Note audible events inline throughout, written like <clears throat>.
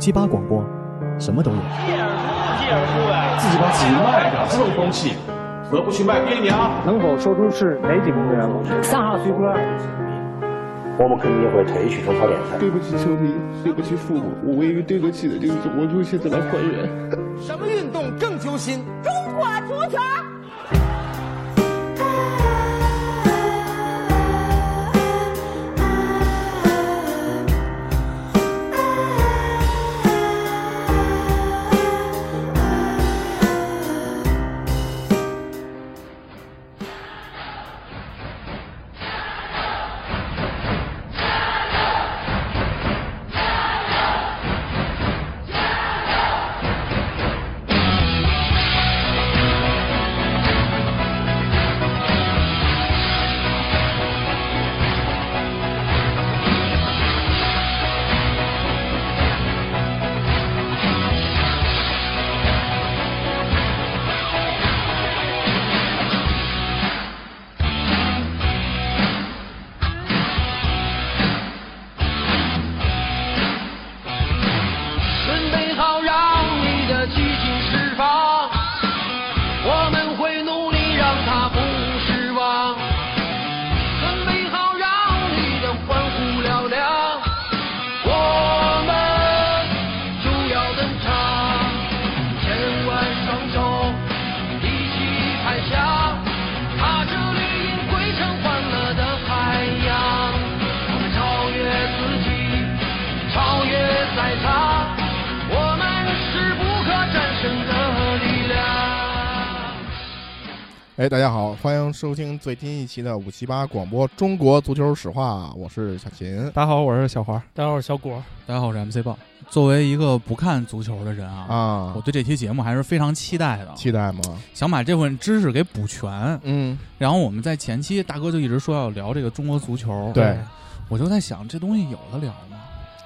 七八广播，什么都有。屁眼书就屁眼书呗，自己把自己卖掉，这种东西何不去卖给你啊？能否说出是哪几名队员吗？上号随波，我们肯定会特意去争超联赛。对不起球迷，对不起父母，我唯一对得起的就是我出现在了还原。什么运动更揪心？中国足球。准备好让你的激情释放，我们会努力让他不失望。准备好让你的欢呼嘹亮，我们就要登场。千万双手一起拍响，踏着绿茵汇成欢乐的海洋，我们超越自己。超越赛场，我们是不可战胜的力量。哎，大家好，欢迎收听最新一期的五七八广播中国足球史话，我是小秦。大家好，我是小花。大家好，我是小果。大家好，我是 MC 豹。作为一个不看足球的人啊，啊我对这期节目还是非常期待的，期待吗？想把这份知识给补全。嗯，然后我们在前期大哥就一直说要聊这个中国足球，对，我就在想这东西有的聊吗？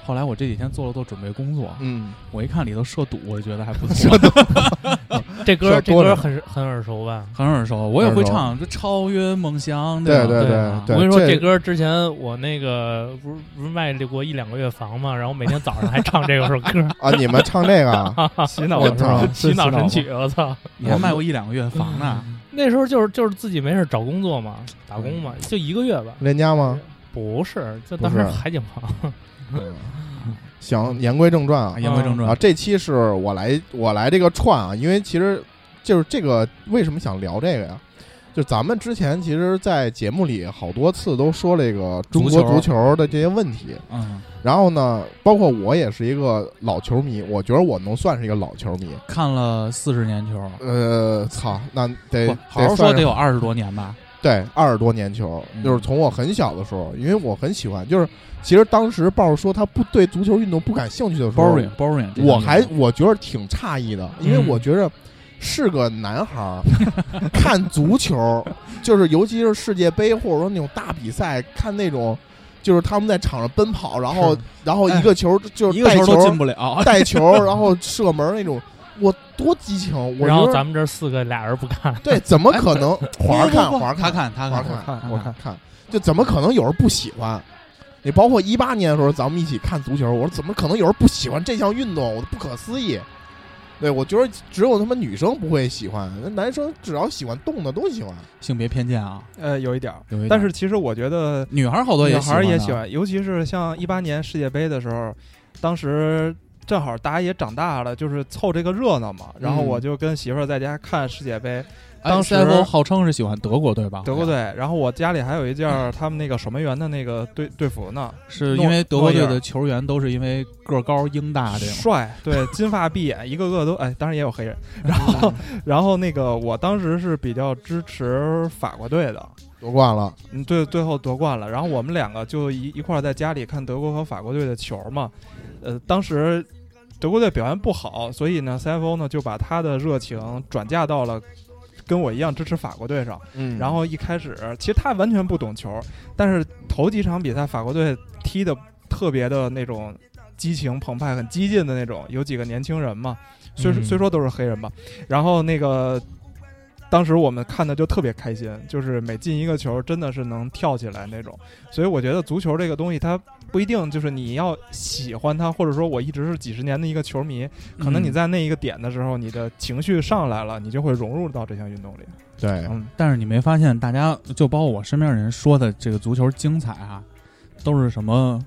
后来我这几天做了做准备工作，嗯，我一看里头涉赌，我就觉得还不 <laughs> 错，这是吧歌这多着歌很很耳熟吧？很耳熟。我也会很耳唱，熟就超越梦想，对吧对啊对，我跟你说，这这歌之前我那个不是不是卖过一两个月房嘛，然后每天早上还唱这 <laughs> 首歌，啊，你们唱这个 <laughs> 啊洗脑我是吧操？洗脑哦神是曲，我操！你还卖过一两个月房呢，嗯那时候就是就是自己没事找工作嘛，打工嘛，就一个月吧。人家 <laughs> 吗？不是，就嗯不当是时海景房。嗯行，言归正传啊啊，言归正传啊，，这期是我来我来这个串啊，因为其实就是这个为什么想聊这个呀？就咱们之前其实，在节目里好多次都说这个中国足球足球的这些问题，嗯，然后呢，包括我也是一个老球迷，我觉得我能算是一个老球迷。看了四十年球，呃，操，那得不好好说算得是有二十多年吧，对二十多年球，嗯就是从我很小的时候，因为我很喜欢，就是其实当时豹儿说他不对足球运动不感兴趣的时候， boring boring，这我叫还什么我觉得挺诧异的，因为嗯我觉着是个男孩儿、 <laughs> 看足球，就是尤其是世界杯或者说那种大比赛，看那种就是他们在场上奔跑，然后是然后哎一个球就是一个带球球都进不了， <laughs> <laughs> 带球，然后射门那种，我多激情！我然觉后得咱们这四个俩人不看，对怎么可能哎华儿看不不华儿他看看他华儿看嗯看他华儿看看，就怎么可能有人不喜欢？你包括一八年的时候，咱们一起看足球，我说怎么可能有人不喜欢这项运动？我都不可思议。对，我觉得只有他妈女生不会喜欢，那男生只要喜欢动的都喜欢。性别偏见啊，呃，有一点儿，有一点但是其实我觉得女孩儿好多女也孩儿也喜喜欢啊欢，尤其是像一八年世界杯的时候，当时正好大家也长大了，就是凑这个热闹嘛。然后嗯我就跟媳妇儿在家看世界杯，的。当时 CFO 号称是喜欢德国队吧？德国队，然后我家里还有一件 <laughs> 儿他们那个守门员的那个队队服呢，是诺因为德国队诺伊的尔球员都是因为个高英大这种，帅，对， <laughs> 金发碧眼，一个个都哎，当然也有黑人。然后，嗯然后那个我当时是比较支持法国队的，夺冠了，嗯，最最后夺冠了。然后我们两个就一一块儿在家里看德国和法国队的球嘛，呃，当时德国队表现不好，所以呢，CFO 呢就把他的热情转嫁到了跟我一样支持法国队上。嗯然后一开始其实他完全不懂球，但是头几场比赛法国队踢的特别的那种激情澎湃、很激进的那种，有几个年轻人嘛，虽、嗯虽说都是黑人吧，然后那个。当时我们看的就特别开心，就是每进一个球真的是能跳起来那种。所以我觉得足球这个东西，它不一定就是你要喜欢它，或者说我一直是几十年的一个球迷，可能你在那一个点的时候，你的情绪上来了，你就会融入到这项运动里。对，嗯，但是你没发现，大家就包括我身边的人说的这个足球精彩啊，都是什么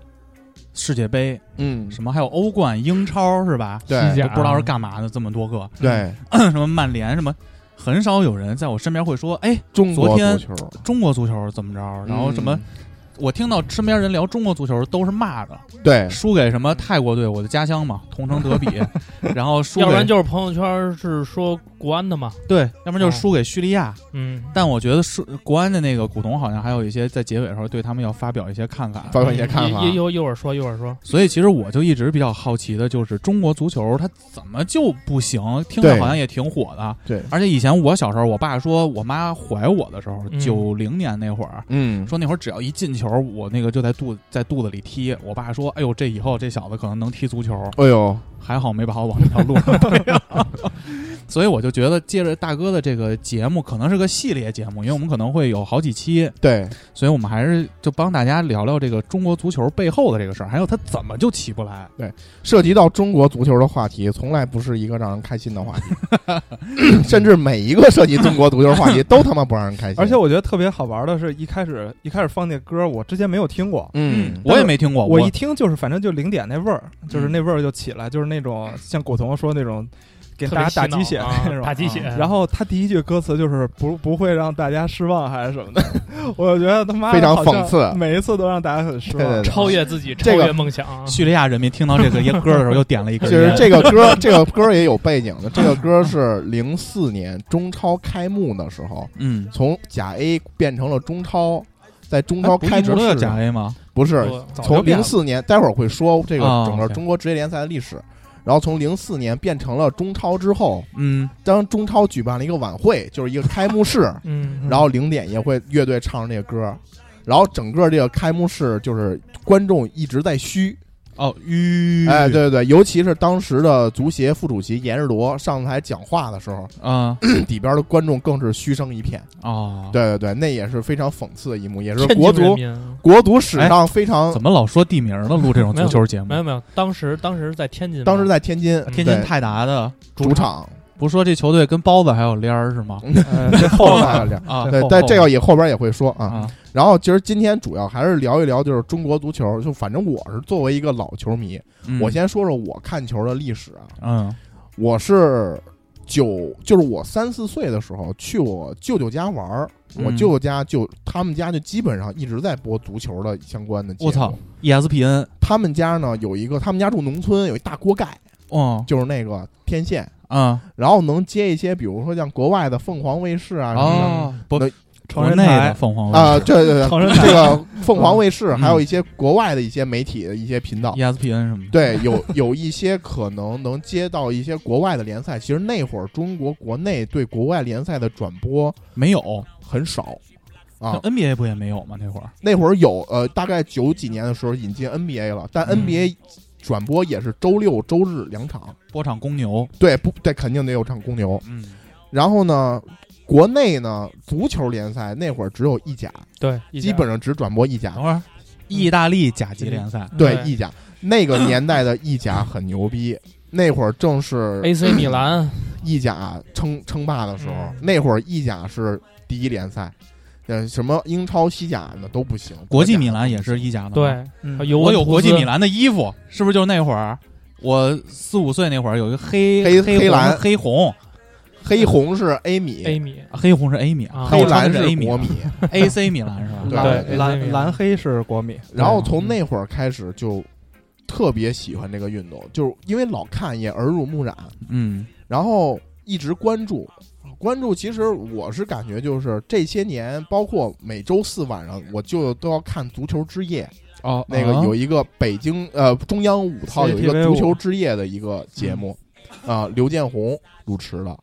世界杯，嗯，什么还有欧冠、英超是吧？对就西甲不知道是干嘛的，这么多个，对， <clears throat> 什么曼联什么。很少有人在我身边会说，哎，中国昨天足球中国足球怎么着？然后什么，嗯我听到身边人聊中国足球都是骂的，对输给什么泰国队，我的家乡嘛，同城德比， <laughs> 然后输给，要不然就是朋友圈是说国安的嘛，对，哦要不然就是输给叙利亚，嗯，但我觉得是国安的那个股东好像还有一些在结尾的时候对他们要发表一些看法，发表一些看法一一一会儿一会儿说一会儿说，所以其实我就一直比较好奇的就是中国足球它怎么就不行？听着对好像也挺火的。对，而且以前我小时候，我爸说我妈怀我的时候，嗯九零、年那会儿，嗯，说那会儿只要一进球，我那个就在肚子在肚子里踢。我爸说：“哎呦，这以后这小子可能能踢足球。哎呦，”还好没把我往这条路上推。啊 <laughs> 所以我就觉得，借着大哥的这个节目，可能是个系列节目，因为我们可能会有好几期，对，所以我们还是就帮大家聊聊这个中国足球背后的这个事儿，还有它怎么就起不来。涉及到中国足球的话题，从来不是一个让人开心的话题，甚至每一个涉及中国足球话题都他妈不让人开心。 <laughs> 而且我觉得特别好玩的是，一开始一开始放那歌，我之前没有听过，嗯，我也没听过，我我一听就是反正就零点那味儿，就是那味儿就起来，就是那种像果彤说那种给大家打鸡血特别洗脑啊 <laughs> 那种。打鸡血，然后他第一句歌词就是不不会让大家失望还是什么的，我觉得他妈非常好像讽刺每一次都让大家很失望。对对对啊超越自己，超这个越梦想啊，叙利亚人民听到这个歌的时候，又点了一 <laughs> 就根是烟。这个歌，这个歌也有背景的。这个歌是零四年中超开幕的时候，嗯，从甲 A 变成了中超，在中哎超不一开直幕都叫式甲 A 吗？不是我早就从变零了四年，待会儿会说这个哦整个 OK 中国职业联赛的历史。然后从零四年变成了中超之后，嗯，当中超举办了一个晚会，就是一个开幕式，嗯，然后零点也会乐队唱着这个歌，然后整个这个开幕式就是观众一直在嘘，哦，吁，哎，对对对，尤其是当时的足协副主席严世铎上台讲话的时候，啊，底边的观众更是嘘声一片，哦，对对对，那也是非常讽刺的一幕，也是天津国人足嗯民啊国足史上非常哎怎么老说地名呢？录这种足球节目没，有没有，当时当时在天津嘛，当时在天津天津对泰达的主场，不是说这球队跟包子还有联儿是吗？呃 <laughs> 这后来啊，对对后，但这个也后边也会说啊。啊，然后其实今天主要还是聊一聊，就是中国足球。就反正我是作为一个老球迷，嗯我，先说说我看球的历史啊。嗯我是九，就是我三四岁的时候去我舅舅家玩儿，嗯我舅舅家就他们家就基本上一直在播足球的相关的。我操！，ESPN，他们家呢有一个，他们家住农村，有一大锅盖，哦，就是那个天线，啊，然后能接一些，比如说像国外的凤凰卫视啊什么的。哦，不那，国成人内的台凤凰卫啊，这 <laughs> 这成人这个凤凰卫视，嗯还有一些国外的一些媒体的一些频道，E ESPN 什么的， <laughs> 对，有有一些可能能接到一些国外的联赛。其实那会儿中国国内对国外联赛的转播没有很少那啊。 ，NBA 不也没有吗？那会儿，那会儿有呃，大概九几年的时候引进 NBA 了，但嗯 NBA 转播也是周六周日两场。波场公牛，对，不对，肯定得有场公牛。嗯，然后呢，国内呢足球联赛那会儿只有意甲，对，一基家本上只转播意甲等。会儿，意大利甲级联赛，对嗯对意甲，那个年代的意甲很牛逼。那会儿正是 AC 米嗯兰，意甲称称霸的时候，嗯那会儿意甲是第一联赛，呃，什么英超、西甲的都不行。国际米兰也是意甲的，，啊对，嗯尤我文有图国际斯米兰的衣服，是不是就是那会儿？我四五岁那会儿有一个黑黑黑黑红蓝黑红黑红是 A 米， A 米，黑红是 A 米啊，黑蓝是是 A 米国米。 ，AC 米兰是吧？对蓝对哎蓝蓝黑是国米，然后从啊那会儿开始就特别喜欢这个运动，就是因为老看也耳濡目染，嗯然后一直关注。关注其实我是感觉就是这些年，包括每周四晚上，我就都要看足球之夜，哦，那个啊有一个北京呃中央五套有一 CCTV 个足球之夜的一个节目，啊、刘建宏主持的，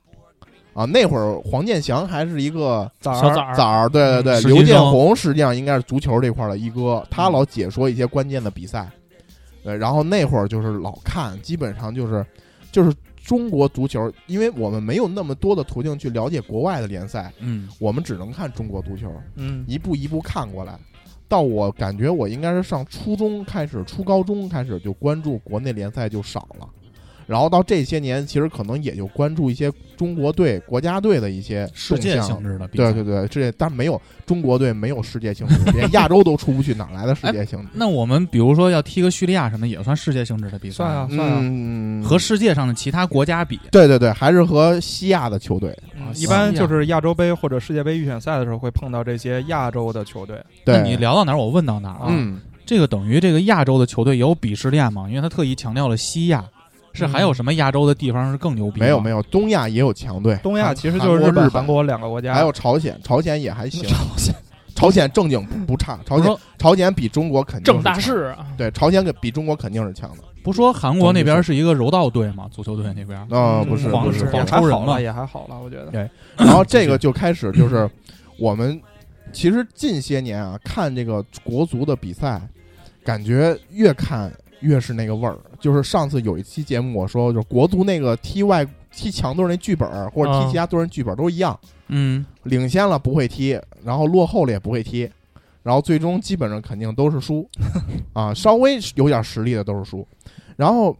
啊那会儿黄健翔还是一个崽小崽儿儿，崽儿，对对对，实习刘建生宏实际上应该是足球这块儿的一哥，他老解说一些关键的比赛，对，然后那会儿就是老看，基本上就是就是中国足球，因为我们没有那么多的途径去了解国外的联赛，嗯，我们只能看中国足球，嗯，一步一步看过来。到我感觉我应该是上初中开始，初高中开始就关注国内联赛就少了，然后到这些年其实可能也就关注一些中国队、国家队的一些世界动向性质的比赛对对对，世界，但没有中国队没有世界性质，连亚洲都出不去，哪来的世界性质？那我们比如说要踢个叙利亚什么的，也算世界性质的比赛，算啊算啊嗯，和世界上的其他国家比，啊对对对，还是和西亚的球队。嗯一般就是亚洲杯或者世界杯预选赛的时候会碰到这些亚洲的球队。那你聊到哪儿，我问到哪儿啊？嗯，这个等于这个亚洲的球队有鄙视链吗？因为他特意强调了西亚，是还嗯有什么亚洲的地方是更牛逼吗？没有没有，东亚也有强队，东亚韩其实就是韩日国本、日韩国两个国家，还有朝鲜，朝鲜也还行。朝嗯鲜朝鲜正经不不差，朝鲜说朝鲜比中国肯定正大是强事啊，对朝鲜比中国肯定是强的。不说韩国那边是一个柔道队嘛，足球队那边啊、嗯不是黄不是是也黄还仇人好嘛了，？也还好了，我觉得。然后这个就开始就是我们其实近些年啊，看这个国足的比赛，感觉越看越是那个味儿。就是上次有一期节目我说，就是国足那个踢外踢强队那剧本儿，或者嗯踢其他队人剧本儿都一样，嗯，领先了不会踢，然后落后了也不会踢。然后最终基本上肯定都是 <laughs> 输，啊，稍微有点实力的都是输。然后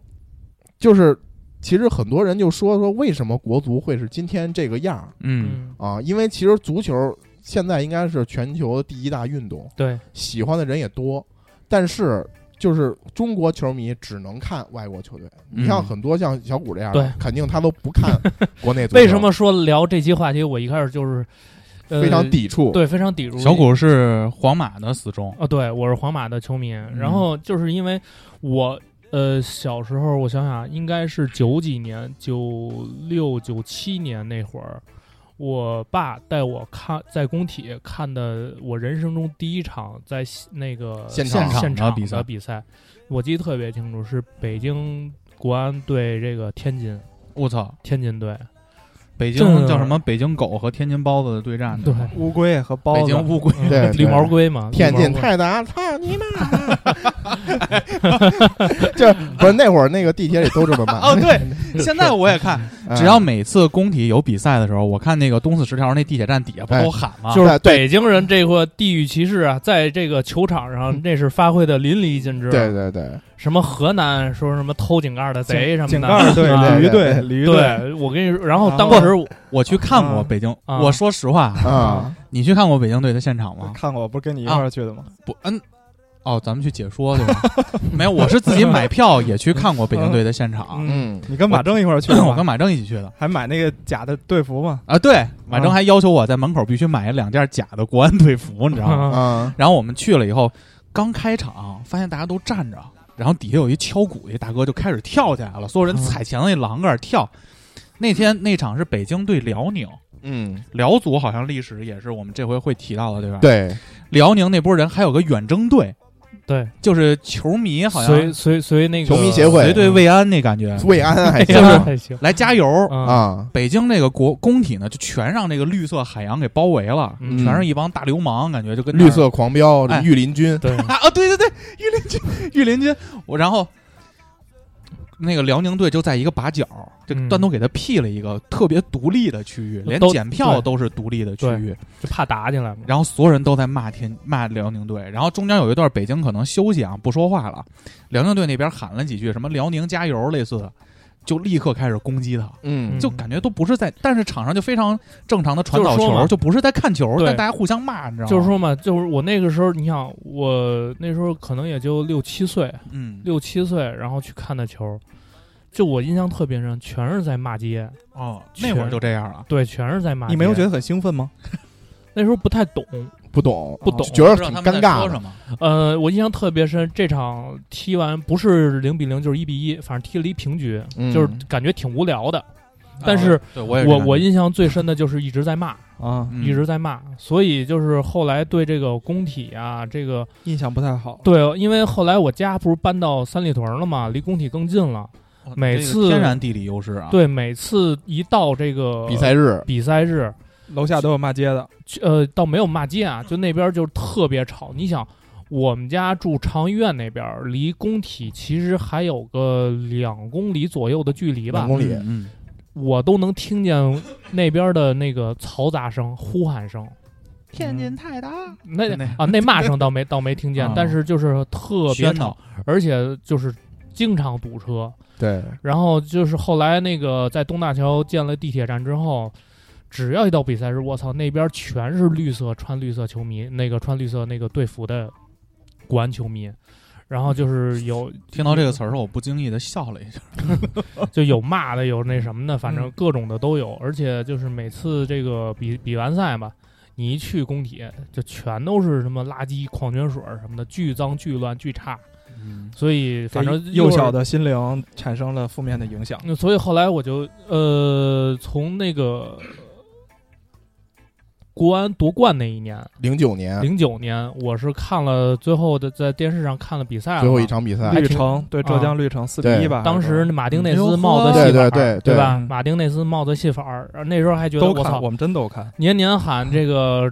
就是，其实很多人就说说为什么国足会是今天这个样儿，嗯，啊，因为其实足球现在应该是全球第一大运动，对，喜欢的人也多，但是就是中国球迷只能看外国球队。你像嗯很多像小谷这样对的，肯定他都不看国内足球， <laughs> 为什么说聊这期话题？我一开始就是、呃、非常抵触？对，非常嗯抵触小谷是皇马的死忠，哦，对，我是皇马的球迷。嗯然后就是因为我呃小时候，我想想应该是九几年、九六、九七年那会儿，我爸带我看在工体看的我人生中第一场在西那个现现场的场比赛的比赛，我记得特别清楚，是北京国安对这个天津我操，天津队，北京正叫什么？北京狗和天津包子的对战，对，乌龟和包北子，京乌龟，嗯 <laughs> 嗯对绿毛龟嘛，绿天毛津龟泰达，操你妈！ <laughs> 就不是那会儿那个地铁里都这么骂。哦对，现在我也看，啊嗯只要每次工体有比赛的时候，我看那个东四十条那地铁站底下不哎都喊吗？就就是是对北京人这块地域歧视啊，在这个球场上那是发挥的淋漓尽致。嗯对，对对，什么河南说什么偷井盖的贼什么的，井盖儿队、啊对鲤鱼对队、鲤鱼队，对，我跟你说，然后啊当时我我去看过啊北京，啊我说实话，啊，你去看过北京队的现场吗？看过，我不是跟你一块儿去的吗？不，嗯，哦，咱们去解说对吧？ <laughs> 没有，我是自己买票也去看过北京队的现场，嗯，你跟马正一块儿去的吧，我跟马正一起去的。还买那个假的队服嘛？啊，对，马正还要求我在门口必须买两件假的国安队服，你知道吗？啊啊，然后我们去了以后，刚开场发现大家都站着，然后底下有一敲鼓的一大哥就开始跳起来了，所有人踩前头那栏杆儿跳。那天那场是北京对辽宁，嗯，辽足好像历史也是我们这回会提到的，对吧？，对，辽宁那波人还有个远征队，对，就是球迷好像随随随那个球迷协会嗯随队慰安那感觉，慰安还行就啊是行来加油。啊，啊，北京那个国工体呢，就全让那个绿色海洋给包围了，嗯全是一帮大流氓，感觉就跟那儿绿色狂飙哎，御林军，对， <laughs> 啊啊！对对对，御林军，御林军。我然后那个辽宁队就在一个把角，就嗯单独给他辟了一个特别独立的区域，连都检票对都是独立的区对域。就怕打起来嘛。然后所有人都在骂天骂辽宁队，然后中间有一段北京可能休息啊，不说话了。辽宁队那边喊了几句什么“辽宁加油”类似的，就立刻开始攻击他，嗯嗯就感觉都不是在，但是场上就非常正常的传导就是说球，嘛就不是在看球，对但大家互相骂，你知道吗？就是，说嘛，就是我那个时候，你想我那时候可能也就六七岁，嗯，六七岁，然后去看的球，就我印象特别深，全是在骂街，哦，那会儿就这样了。对，全是在骂街。你没有觉得很兴奋吗？那时候不太懂，不懂，不懂觉得挺不知道他尴们在尬说的什么？呃，我印象特别深，这场踢完不是零比零就是一比一，反正踢了一平局，嗯就是感觉挺无聊的。但是啊对我也是我这样我印象最深的就是一直在骂，啊，嗯一直在骂，所以就是后来对这个工体啊，这个印象不太好。对，因为后来我家不是搬到三里屯了嘛，离工体更近了。哇每嗯这个次天然地理优势啊，，对，每次一到这个比赛日，比赛日，楼下都有骂街的，去呃，倒没有骂街啊，就那边就特别吵。你想，我们家住长医院那边儿，离工体其实还有个两公里左右的距离吧。两公里嗯，我都能听见那边的那个嘈杂声、呼喊声。天津泰达那那啊，那骂声倒没倒没听见啊，但是就是特别喧吵闹，而且就是经常堵车。对，然后就是后来那个在东大桥建了地铁站之后，只要一到比赛日，我操，那边全是绿色穿绿色球迷，那个穿绿色那个队服的国安球迷。然后就是有听到这个词儿时候，我不经意的笑了一下。就有骂的，有那什么的，反正嗯各种的都有。而且就是每次这个比比完赛吧，你一去工体，就全都是什么垃圾、矿泉水儿什么的，巨脏、巨乱、巨差。嗯，所以反正给幼小的。的心灵产生了负面的影响。那所以后来我就呃，从那个国安夺冠那一年，零九年零九年，我是看了最后的在电视上看了比赛了嘛，最后一场比赛还绿挺城对浙江绿城四比一吧，当时还是马丁内嗯斯帽子戏对法儿，对对对吧？嗯马丁内斯帽子戏法儿，然后那时候还觉得都我看，操我，们真都看。年年喊这个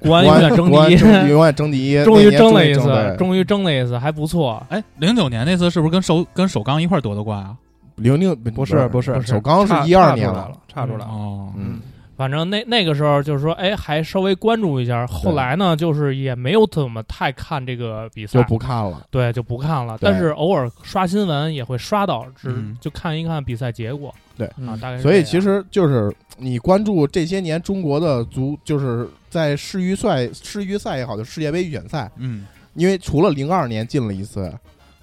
国安永国安远争国安第一， <laughs> 争永远争第一，终那于年争了一争次，对终于争了一次，还不错。哎，零九年那次是不是跟首跟首钢一块儿夺的冠啊？零六不不是不是，首钢差是一二年差出来了，差出来了。哦，嗯，反正那那个时候就是说，哎，还稍微关注一下。后来呢，就是也没有怎么太看这个比赛，就不看了。对就不看了。对但是偶尔刷新闻也会刷到，只、嗯就看一看比赛结果。对啊，大概是所这以样其实就是你关注这些年中国的足，就是在世预赛、世预赛也好，就世界杯预选赛，嗯，因为除了零二年进了一次，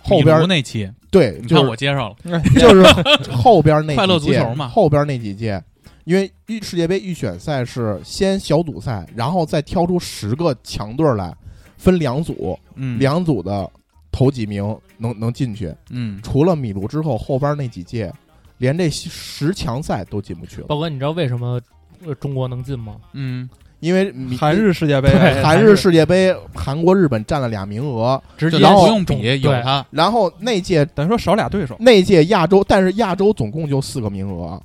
后边比儿如那期，对你就看是我接上了，嗯 <laughs> 就是后边那快乐几届足球嘛后边那几届，因为预世界杯预选赛是先小组赛，然后再挑出十个强队儿来，分两组，嗯，两组的头几名能能进去。嗯，除了米卢之后，后边那几届，连这十强赛都进不去了，豹哥，你知道为什么呃中国能进吗？嗯，因为米 <laughs> 呃韩日世界杯，对韩日日世界杯，韩国、日本占了俩名额，直接这咱然后不用比，有对他，然后那届等于说少俩对手。那届亚洲，但是亚洲总共就四个名额，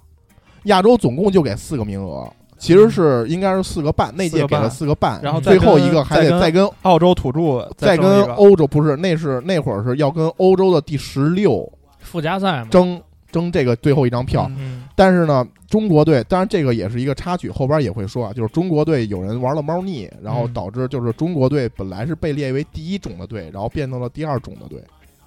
亚洲总共就给四个名额，其实是应该是四个半，那届给了四个半，然后再嗯最跟后一个还得再再跟澳洲土著再争一跟个欧洲不是，那是那会儿是要跟欧洲的第十六附加赛嘛。争争这个最后一张票，嗯，但是呢，中国队当然这个也是一个插曲，后边也会说啊，就是中国队有人玩了猫腻，然后嗯导致就是中国队本来是被列为第一种的队，然后变成了第二种的队，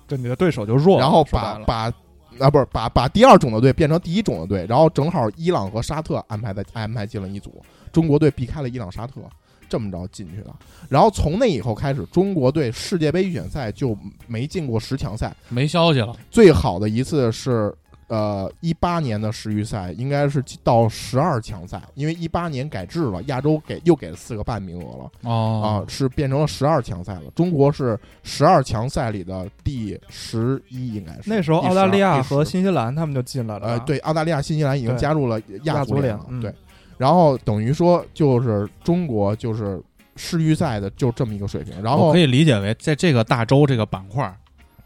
就你的对手就弱了，然后说白把了把啊不是把把第二种的队变成第一种的队，然后正好伊朗和沙特安排在安排进了一组，中国队避开了伊朗沙特，这么着进去的。然后从那以后开始，中国队世界杯预选赛就没进过十强赛，没消息了，最好的一次是呃一八年的世预赛，应该是到十二强赛，因为一八年改制了，亚洲给又给了四个半名额了啊、哦，是变成了十二强赛了。中国是十二强赛里的第十一，应该是那时候第澳大利亚12和第10新西兰他们就进来了吧，啊呃对澳大利亚、新西兰已经对加入了亚亚足足联联了，嗯对，然后等于说就是中国就是世预赛的就这么一个水平，然我后可以理解为在这个大洲这个板块儿，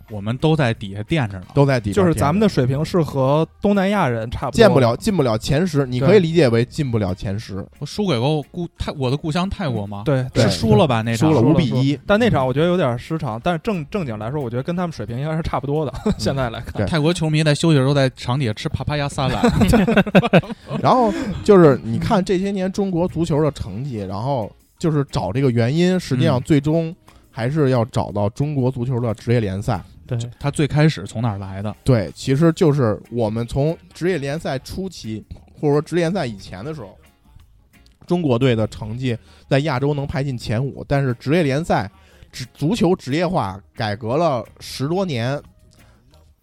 我们都在底下垫着呢，都在底边就是咱们垫着的水平是和东南亚人差不多，进不了进不了前十，你可对以理解为进不了前十。我输给过故泰我的故乡泰国吗？，对对是输了吧？那场输了输五了比一，但那场我觉得有点失常，但是正正经来说，我觉得跟他们水平应该是差不多的。 <laughs> 现在来看，对啊泰国球迷在休息的时候在场底下吃帕帕亚 <laughs> 萨拉，然后就是你看这些年中国足球的成绩，然后就是找这个原因，实际上嗯最终还是要找到中国足球的职业联赛。对，他最开始从哪儿来的？对，其实就是我们从职业联赛初期，或者说职业联赛以前的时候，中国队的成绩在亚洲能排进前五，但是职业联赛职足球职业化改革了十多年，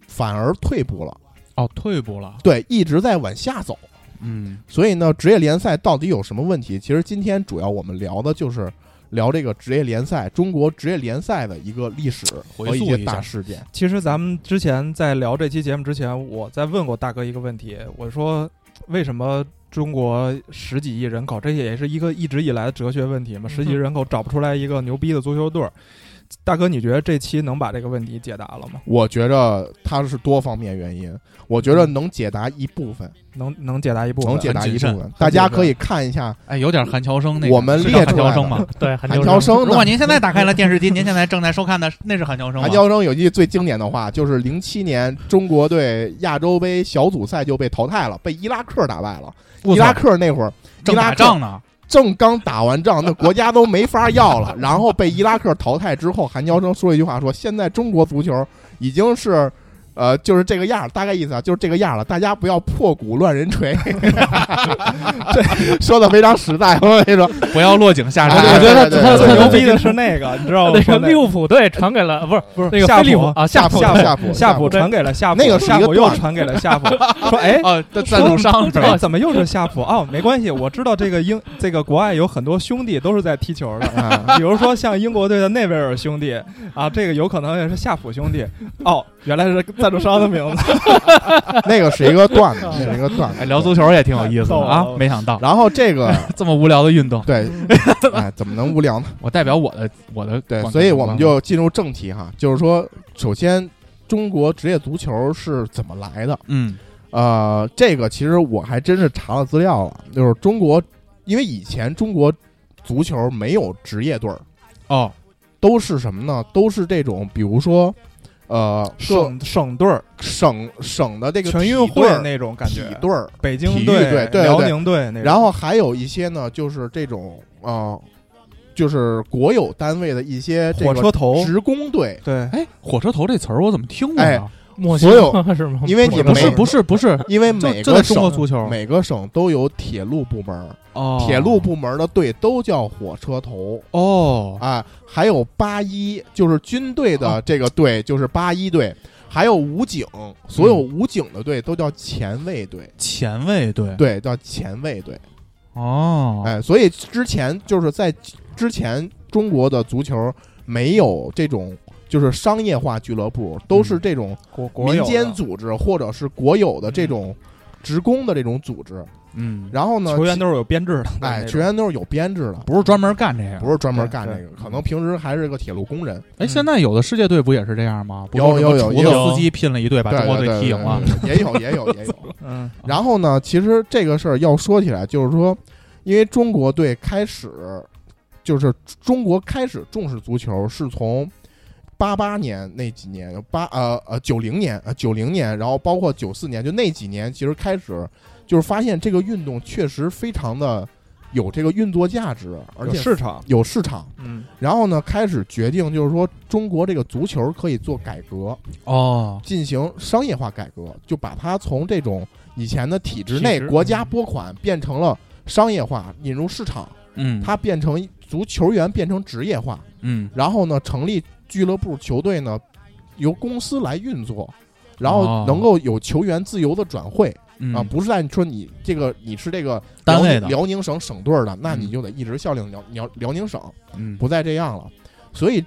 反而退步了。哦，退步了。对，一直在往下走。嗯，所以呢，职业联赛到底有什么问题？其实今天主要我们聊的就是聊这个职业联赛，中国职业联赛的一个历史回和溯一些一大下事件。其实咱们之前在聊这期节目之前，我在问过大哥一个问题，我说为什么中国十几亿嗯人口，这也是一个一直以来的哲学问题嘛？十几亿人口找不出来一个牛逼的足球队儿。大哥，你觉得这期能把这个问题解答了吗？我觉着它是多方面原因，我觉着能解答一部分，能能解答一部分，能解答一部很谨嗯分慎。大家可以看一下，哎，有点韩乔生那个我们是叫列韩出乔来生嘛的，，韩乔生呢。 <laughs> 如果您现在打开了电视机，您现在正在收看的那是韩乔生吗，韩乔生有一句最经典的话，就是零七年中国队亚洲杯小组赛就被淘汰了，被伊拉克打败了。我操伊拉克那会儿正打仗呢，伊拉克正刚打完仗，那国家都没法要了。 <laughs> 然后被伊拉克淘汰之后，韩乔生说一句话说：“现在中国足球已经是。”呃，就是这个样儿，大概意思啊，就是这个样儿了。大家不要破鼓乱人锤， <laughs> 这说的非常实在。我跟你说，不要落井下石。哎我觉得对对他特对对牛对逼对的是那个，你知 <laughs> 哦道吗那个利物浦队传给了，不是不是那个夏飞利普浦啊，夏普夏夏普夏普传给了夏普，那个是一夏个普又段传给了夏普，说哎 <laughs> 哦赞助商是吧 <laughs> 哎怎么又是夏普？哦，没关系，我知道这个 <laughs> 英这个国外有很多兄弟都是在踢球的，啊比如说像英国队的内维尔兄弟啊，这个有可能也是夏普兄弟。哦，原来是赞助商的名 <laughs> 字。那个是一个段子，是一个段子。哎，聊足球也挺有意思的啊哦逗了，没想到 <laughs> 然后这个这么无聊的运动，对，哎，怎么能无 <laughs> 聊呢？我代表我的我的对观，点所以我们就进入正题哈，就是说，首先，中国职业足球是怎么来的？嗯呃，这个其实我还真是查了资料了，就是中国，因为以前中国足球没有职业队儿，哦都是什么呢？都是这种，比如说，呃，各省省队儿、省省的这个全运体会队儿那种感觉体，队儿，北体京育队对对辽对宁队那种。然后还有一些呢，就是这种呃，就是国有单位的一些这火个车头，职工队，对，哎，火车头这词儿我怎么听过哎呀？莫所有西哥 <laughs> 是吗？因为你不们是不是不是，因为就每就在个中国省足球每个省都有铁路部门，哦，铁路部门的队都叫火车头哦啊，还有八一，就是军队的哦这个队就是八一队，还有武警，所有嗯武警的队都叫前卫队，前卫队对，叫前卫队。哦，哎，所以之前就是在之前中国的足球没有这种就是商业化俱乐部，都是这种国嗯国有民的嗯间组织或者是国有的这种职工的这种组织。嗯，然后呢，球员都是有编制的，哎，那种球员都是有编制的，不是专门干这个，不是专门对干这对个，可能平时还是个铁路工人。哎，嗯现在有的世界队不也是这样吗？不有都是有什有么厨也子有司机拼了一队，把对中国对队对踢赢了。对对也有也有也有。 <laughs> 嗯，然后呢，其实这个事儿要说起来，就是说，因为中国队开始，就是中国开始重视足球，是从八八年那几年，八呃呃九零年呃九零年，然后包括九四年，就那几年，其实开始就是发现这个运动确实非常的有这个运作价值，而有且市场，有市场。嗯，然后呢，开始决定就是说，中国这个足球可以做改革，哦，进行商业化改革，就把它从这种以前的体制内体制国家拨款变成了商业化，引入市场，嗯，它变成足球员变成职业化，嗯，然后呢，成立俱乐部球队呢，由公司来运作。然后哦能够有球员自由的转会、嗯啊，不是按说你这个你是这个单位辽的宁辽宁省省队儿的，那你嗯就得一直效力辽辽辽宁省。嗯不再这样了。所以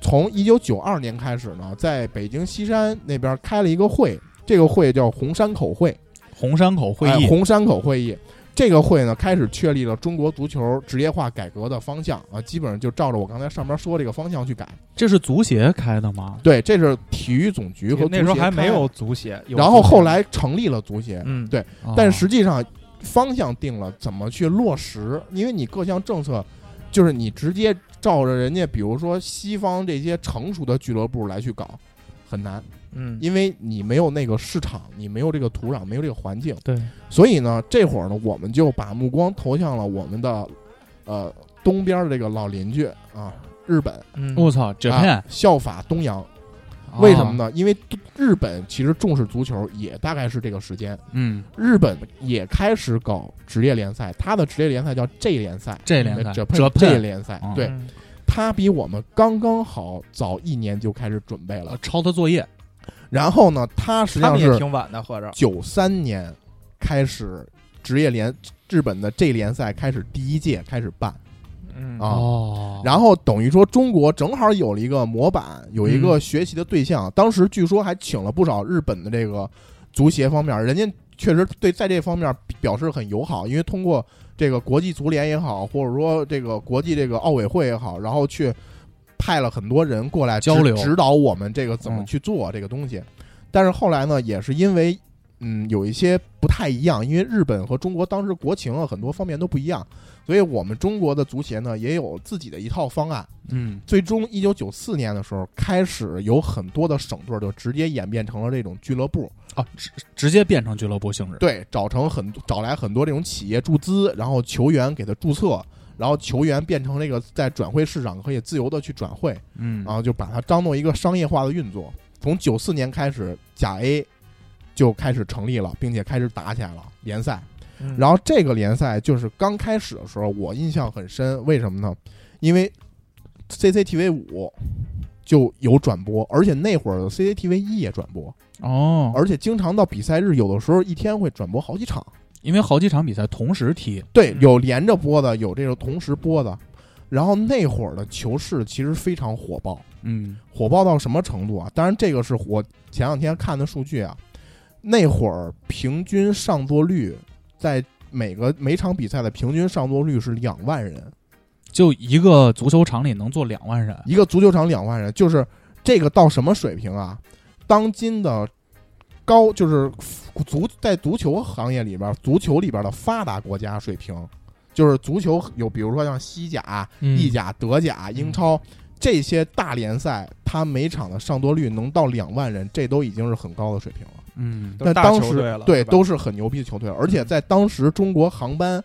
从一九九二年开始呢，在北京西山那边开了一个会，这个会叫红山口会红山口会哎议，红山口会议。这个会呢，开始确立了中国足球职业化改革的方向啊，基本上就照着我刚才上面说这个方向去改。这是足协开的吗？对，这是体育总局和那时候足协还没开有的，足协，有然后足协后，来成立了足协，嗯，对哦但实际上方向定了，怎么去落实？因为你各项政策，就是你直接照着人家，比如说西方这些成熟的俱乐部来去搞，很难，嗯，因为你没有那个市场，你没有这个土壤，没有这个环境。对，所以呢，这会儿呢，我们就把目光投向了我们的，呃，东边的这个老邻居啊，日本。嗯我操，Japan 啊效法东洋，哦为什么？呢？因为日本其实重视足球，也大概是这个时间。嗯，日本也开始搞职业联赛，它的职业联赛叫 J 联赛 J 联赛呃 Japan ，Japan J 联赛嗯，对，嗯它比我们刚刚好早一年就开始准备了呃。抄他作业，然后呢，它实际他上们也是挺晚的，合着九三年开始职业联日本的 J 联赛开始第一届开始办嗯啊，哦然后等于说中国正好有了一个模板，有一嗯个学习的对象。当时据说还请了不少日本的这个足协方面，人家确实对在这方面表示很友好，因为通过这个国际足联也好，或者说这个国际这个奥委会也好，然后去。派了很多人过来指交流指导我们这个怎么去做这个东西。但是后来呢，也是因为嗯有一些不太一样，因为日本和中国当时国情啊很多方面都不一样，所以我们中国的足协呢也有自己的一套方案。嗯，最终，一九九四年的时候，开始有很多的省队就直接演变成了这种俱乐部，啊，直直接变成俱乐部性质。对，找成很找来很多这种企业注资，然后球员给他注册，然后球员变成这个在转会市场可以自由的去转会，嗯然后就把它当做一个商业化的运作。从九四年开始，甲 A 就开始成立了，并且开始打起来了联赛。嗯然后这个联赛就是刚开始的时候，我印象很深，为什么呢？因为 CCTV 五就有转播，而且那会儿的 CCTV 一也转播，哦，而且经常到比赛日，有的时候一天会转播好几场。因为好几场比赛同时踢，对，有连着播的，有这种同时播的。然后那会儿的球市其实非常火爆，嗯，火爆到什么程度啊？当然，这个是我前两天看的数据啊。那会儿平均上座率在每个每场比赛的平均上座率是两万人，就一个足球场里能坐两万人，一个足球场两万人，就是这个到什么水平啊？当今的高就是足在足球行业里边，足球里边的发达国家水平，就是足球有比如说像西甲、啊嗯意甲、德甲、嗯英超。这些大联赛，它每场的上座率能到两万人，这都已经是很高的水平了。嗯，都是但大当球时队了对吧都是很牛逼的球队，而且在当时中国航班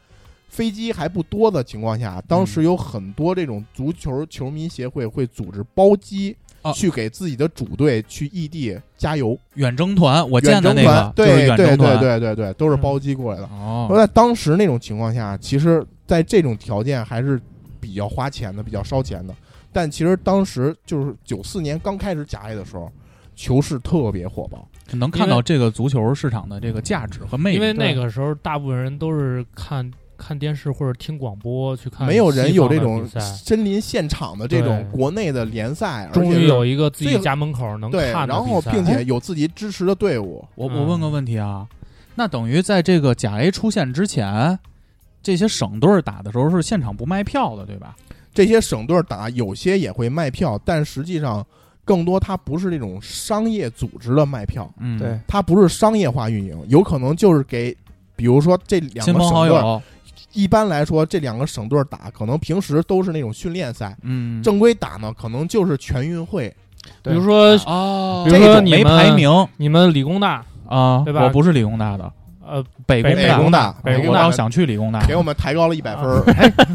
飞机还不多的情况下，当嗯时有很多这种足球球迷协会会组织包机啊。去给自己的主队去异地加油，远征团，我远见的那征团个就对是远对对征团，嗯对对对，都是包机过来的。而哦，在当时那种情况下，其实，在这种条件还是比较花钱的，比较烧钱的。但其实当时就是九四年刚开始甲 A 的时候，球市特别火爆，能看到这个足球市场的这个价值和魅力。因为那个时候大部分人都是看看电视或者听广播去看，没有人有这种比赛。身临现场的这种对国内的联赛，终而且于是有一个自己最家门口能对，看的然后比赛并且有自己支持的队伍，我嗯我问个问题啊，那等于在这个甲 A 出现之前，这些省队儿打的时候是现场不卖票的，对吧？这些省队打有些也会卖票，但实际上更多它不是这种商业组织的卖票，嗯，对，它不是商业化运营，有可能就是给，比如说这两亲个朋省好队，友，一般来说这两个省队打，可能平时都是那种训练赛，嗯，正规打呢可能就是全运会，比如说啊哦，呃比如说这种你没们排名你们理工大，啊，对吧我不是理工大的，呃，北北北工工大，北工工大，大我想去理工大，给我们抬高了一百分儿。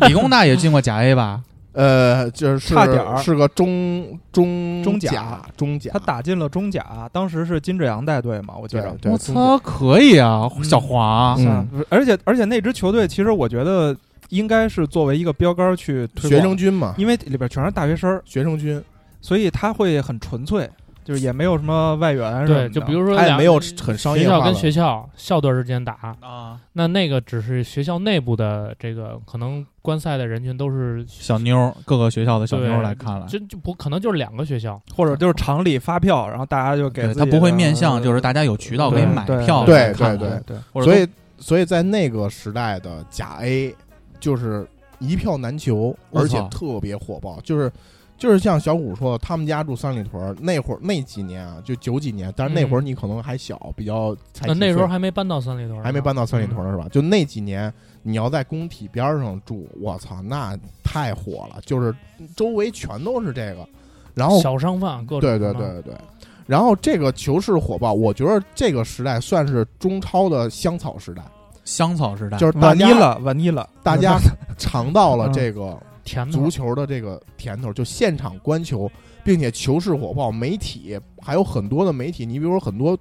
理工大也进过甲 A 吧？呃，就是差点儿是个中中中甲甲中甲，他打进了中甲，当时是金志扬带队嘛，我记对着。对，我中甲操，可以啊，嗯小黄嗯，啊，而且而且那支球队，其实我觉得应该是作为一个标杆去推学广生，军嘛，因为里边全是大学生儿，学生军，所以他会很纯粹，就是也没有什么外援啊什么对，的。就比如说他也两没有很商学业校化跟的。学校校队之间打，啊，那那个只是学校内部的这个可能观赛的人群都是小妞儿，各个学校的小妞儿对来看啊了。就就不可能就是两个学校，或者就是厂里发票，然后大家就给对自己他不会的呃面向，就是大家有渠道可以买对票对来看对的，对，或者所以，所以在那个时代的甲 A 就是一票难求，我而操且特别火爆，就是。就是像小谷说的，他们家住三里屯儿那会儿那几年啊，就九几年，但是那会儿你可能还小，比较才嗯那几那时岁候还没搬到三里屯呢，还没搬到三里屯呢，是吧？就那几年，你要在工体边儿上住，我操，那太火了，就是周围全都是这个，然后小商贩各种啊对对什么对对对，然后这个球市火爆，我觉得这个时代算是中超的香草时代，香草时代就是大晚家一了，晚一了，大 <laughs> 家尝到嗯了这个甜的足球的这个甜头，就现场观球，并且球市火爆，媒体还有很多的媒体，你比如说很多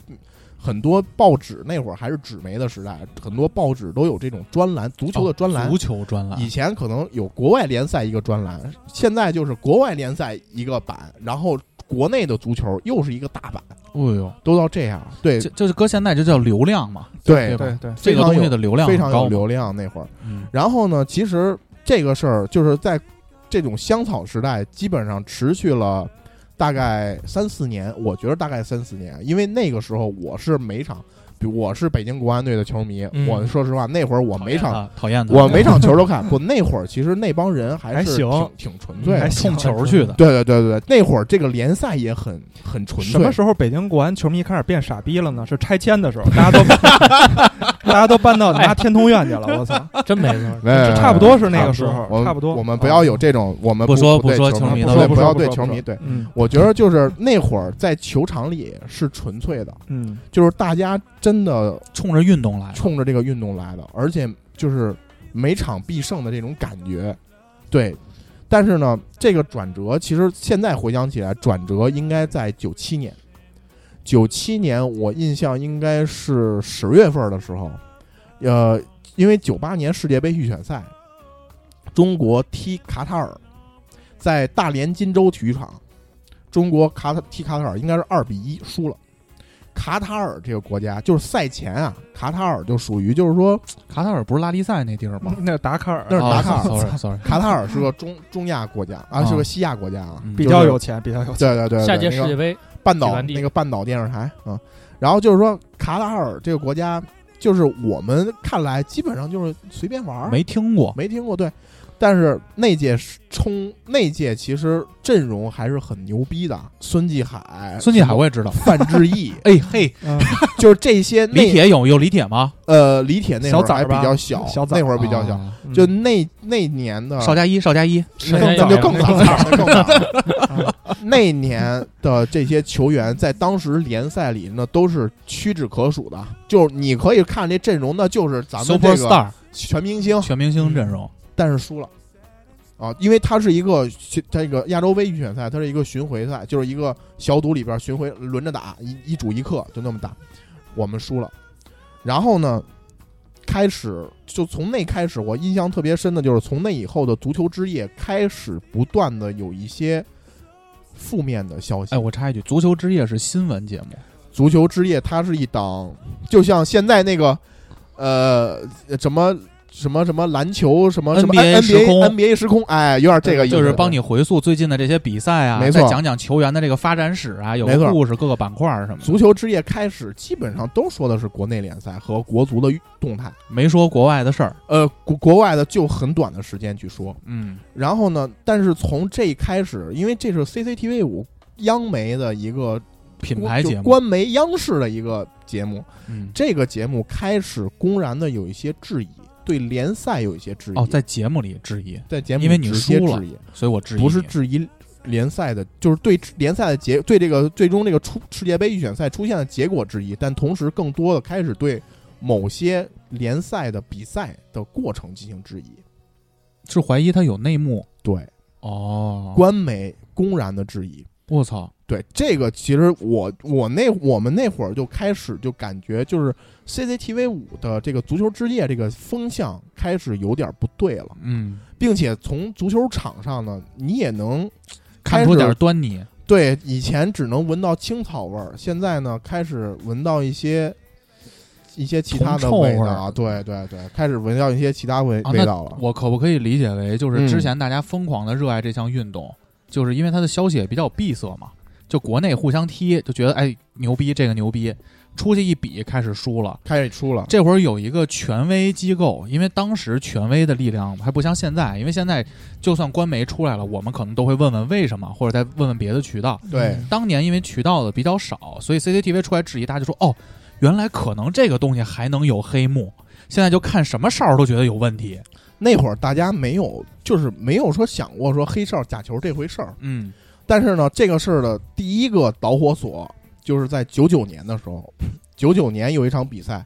很多报纸，那会儿还是纸媒的时代，很多报纸都有这种专栏，足球的专栏。哦足球专栏以，前可能有国外联赛一个专栏，现在就是国外联赛一个版，然后国内的足球又是一个大版，哦呦，都到这样。对这就是搁现在这叫流量嘛，对对吧对对，这非个常有东西的流量非很常高有嘛，流量那会儿。嗯然后呢，其实这个事儿就是在这种香草时代，基本上持续了大概三四年，我觉得大概三四年，因为那个时候我是每场比我是北京国安队的球迷，嗯我说实话，那会儿我每啊场讨厌他，我每 <laughs> 场球都看。不，那会儿其实那帮人还是还行挺挺纯粹的，还行冲球去的对对对对，对那会儿这个联赛也很很纯粹。什么时候北京国安球迷开始变傻逼了呢？是拆迁的时候，大家都 <laughs> 大家都搬到哎拿天通苑去了。我操，啊真没错 <laughs> 没有没有没有这差不多是那个时候我，们差不多。我们不要有这种，我们不说不不说对球迷迷的对不说要不对说球不迷说对嗯。我觉得就是那会儿在球场里是纯粹的，嗯，就是大家真的冲着运动来的，冲着这个运动来的，而且就是每场必胜的这种感觉，对。但是呢，这个转折其实现在回想起来，转折应该在九七年。九七年我印象应该是十月份的时候，呃，因为九八年世界杯预选赛，中国踢卡塔尔，在大连金州体育场，中国卡塔踢卡塔尔应该是二比一输了。卡塔尔这个国家就是赛前啊，卡塔尔就属于就是说卡塔尔不是拉力赛那地儿吗？那达喀尔 <laughs> 那是达喀尔哦，sorry sorry，卡塔尔是个中中亚国家啊，啊是个西亚国家啊，嗯比就较是有钱，比较有钱。对对对，对下届那个世界杯半岛完地那个半岛电视台啊、嗯然后就是说卡塔尔这个国家，就是我们看来基本上就是随便玩儿，没听过，没听过对，但是那届是冲那届其实阵容还是很牛逼的，孙继海、孙继海我也知道。范志毅， <laughs> 哎嘿，嗯就是这些那李铁有有李铁吗？呃李铁那会小儿崽还儿比吧较小，小崽儿那会儿比较小，啊嗯就那那年的邵佳一，邵佳一，那更那就更早惨了，更惨了。 <laughs> 那年的这些球员在当时联赛里那都是屈指可数的，就是你可以看这阵容呢，就是咱们 Super 这个哦嗯 Star 全明星，全明星阵容，但是输了。啊，因为它是一个巡这个亚洲杯预选赛，它是一个巡回赛，就是一个小组里边巡回轮着打，一一主一客就那么打，我们输了。然后呢，开始就从那开始，我印象特别深的就是从那以后的足球之夜开始，不断的有一些负面的消息。哎，我插一句，足球之夜是新闻节目，足球之夜它是一档，就像现在那个呃什么。什么什么篮球什么什么 NBA 时空 NBA 时空，哎，有点这个意思，就是帮你回溯最近的这些比赛啊，没错再讲讲球员的这个发展史啊，有没错个故事，各个板块儿什么的，足球之夜开始，基本上都说的是国内联赛和国足的动态。没说国外的事儿。呃，国国外的就很短的时间去说。嗯，然后呢，但是从这一开始，因为这是 CCTV 五央媒的一个品牌节就目，官媒央视的一个节目，嗯，这个节目开始公然的有一些质疑，对联赛有一些质疑。哦，在节目里质疑，在节目因为里你直接输了质疑，所以我质疑不是你质疑联赛的，就是对联赛的结，对这个最终这个出世界杯预选赛出现的结果质疑，但同时更多的开始对某些联赛的比赛的过程进行质疑。是怀疑他有内幕对，哦。官媒公然的质疑。我操，对这个，其实我我那我们那会儿就开始就感觉就是 CCTV 五的这个足球之夜这个风向开始有点不对了，嗯，并且从足球场上呢，你也能看开始出点端倪，对，以前只能闻到青草味儿，现在呢开始闻到一些一些其他的铜臭味道味儿啊，对对对，开始闻到一些其他味、啊那味道了。我可不可以理解为，就是嗯之前大家疯狂的热爱这项运动，就是因为它的消息也比较闭塞嘛，就国内互相踢，就觉得哎牛逼，这个牛逼，出去一比开始输了。开始出了，这会儿有一个权威机构，因为当时权威的力量还不像现在，因为现在就算官媒出来了，我们可能都会问问为什么，或者再问问别的渠道。对当年因为渠道的比较少，所以 CCTV 出来质疑，大家就说哦，原来可能这个东西还能有黑幕。现在就看什么哨儿都觉得有问题。那会儿大家没有，就是没有说想过说黑哨假球这回事儿。嗯，但是呢，这个事儿的第一个导火索就是在九九年的时候，九九年有一场比赛，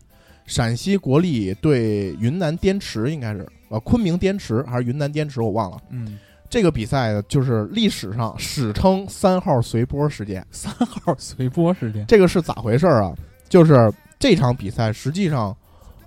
陕西国力对云南滇池，应该是呃昆明滇池还是云南滇池，我忘了。嗯，这个比赛就是历史上史称“三号随波事件号随波时间”。。这个是咋回事儿啊？就是这场比赛实际上，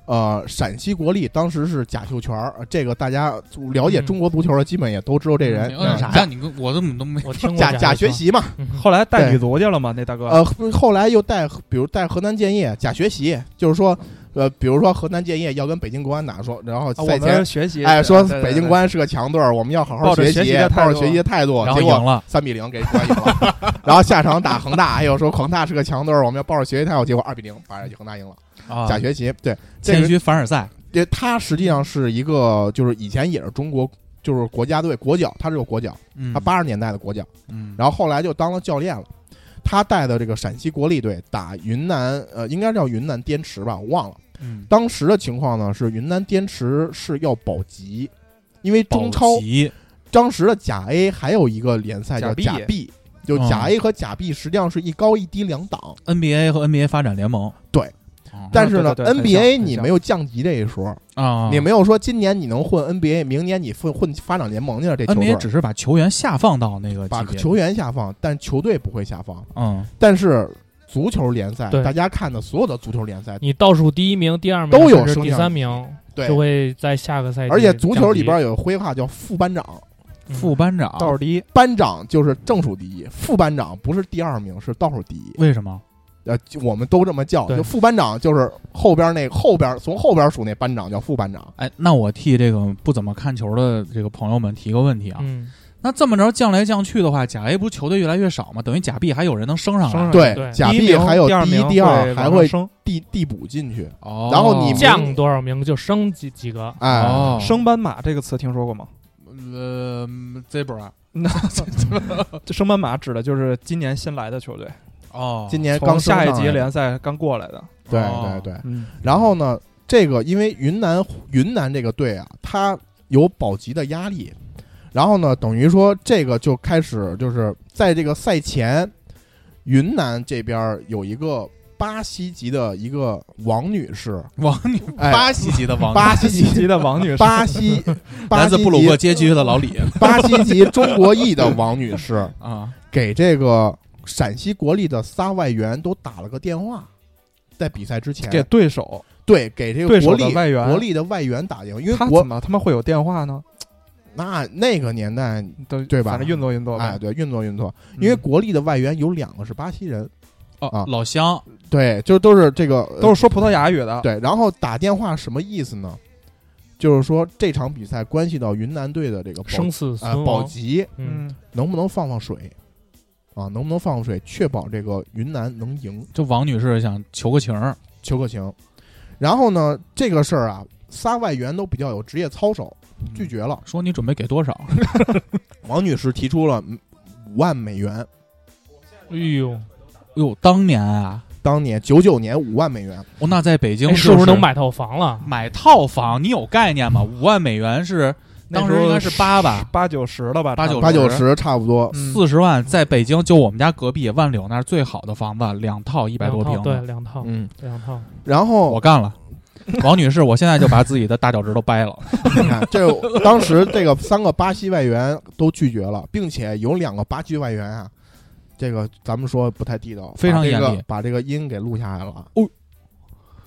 呃，陕西国力当时是贾秀全儿，呃这个大家了解中国足球的基本也都知道这人。嗯啥呀？你跟我怎么都没我听过贾贾贾学习嘛，呃后来带女足去了嘛？那大哥，呃，后来又带，比如带河南建业贾学习，就是说呃，比如说河南建业要跟北京国安打说，然后啊赛我们前学习哎对说对对北京对国安是个强队儿，我们要好好抱着学习习的，态抱着度啊学习的态度，然后结果赢了三比零给国安赢了， <laughs> 然后下场打恒大，哎呦说恒大是个强队儿，我们要抱着学习态度，结果二比零把恒大赢了，啊假学习，对，这谦个虚凡尔赛，对，它实际上是一个，就是以前也是中国，就是国家队国脚，他是有国脚，嗯他八十年代的国脚，嗯然后后来就当了教练了。他带的这个陕西国力队打云南，呃，应该叫云南滇池吧，我忘了。嗯当时的情况呢是云南滇池是要保级，因为中超保级当时的甲 A 还有一个联赛叫甲甲 B B，就嗯甲 A 和甲 B 实际上是一高一低两啊档。 NBA 和 NBA 发展联盟，哦对，但是呢，NBA 你没有降级这一说啊你没有说今年你能混 NBA，明年你混混发展联盟去了。这球队 NBA 只是把球员下放到那个把级别球员下放，但球队不会下放。嗯，但是足球联赛，对大家看的所有的足球联赛，你倒数第一名、第二名都有甚至升第降三级名，对就会在下个赛季。嗯而且足球里边有规划叫副班长，副班长倒数第一，班长就是正数第一，副班长不是第二名，是倒数第一。为什么？呃，就我们都这么叫，对就副班长就是后边那后边从后边数那班长叫副班长。哎，那我替这个不怎么看球的这个朋友们提个问题啊。嗯那这么着降来降去的话，甲 A 不是球队越来越少吗？等于甲 B 还有人能升上升来，上来对对甲 B 第一名还有第一第二会还往上会升递递补进去，哦然后你明降多少名就升几几个。哎哦升斑马这个词听说 <laughs> 过吗？呃，Zebra，那这升班马指的就是今年新来的球队哦今年刚升下上来一的级联赛刚过来的，对对对，嗯然后呢，这个因为云南云南这个队啊，它有保级的压力，然后呢，等于说这个就开始就是在这个赛前，云南这边有一个。巴西籍的一个王女士，王女哎巴西籍的王女巴西巴西籍的王 <laughs> 女士巴西，巴来西自籍布鲁克街区的老李 <laughs> 巴西籍中国裔的王女士啊，给这个陕西国力的仨外援都打了个电话，在比赛之前给对手对给这个对手国的力外援国力的外援打电话，因为他国怎么他妈会有电话呢？那那个年代对对吧？反正运作运作吧哎，对，运作运作，嗯因为国力的外援有两个是巴西人，啊哦，老乡，对，就都是这个都是说葡萄牙语的对，然后打电话什么意思呢？就是说这场比赛关系到云南队的这个保生死啊、存保亡级，嗯，能不能放放水啊？能不能放放水，确保这个云南能赢？这王女士想求个情儿，求个情。然后呢，这个事儿啊，仨外援都比较有职业操守，拒绝了。说你准备给多少？嗯 <laughs> 王女士提出了五万美元，哎呦，哟，当年啊，当年九九年五万美元，我那在北京哎是就不是能买套房了？买套房？你有概念吗？五万美元是那当时候时应该是八吧，八九十了吧，八九八九十差不多。嗯四十万，在北京就我们家隔壁万柳那儿最好的房子，两套一百多两平套，对，的，两套，嗯，两套。然后我干了。王女士，我现在就把自己的大脚趾头掰了。你看， <laughs> 这当时这个三个巴西外援都拒绝了，并且有两个巴西外援啊，这个咱们说不太地道，非常把这严个厉把这个音给录下来了。哦，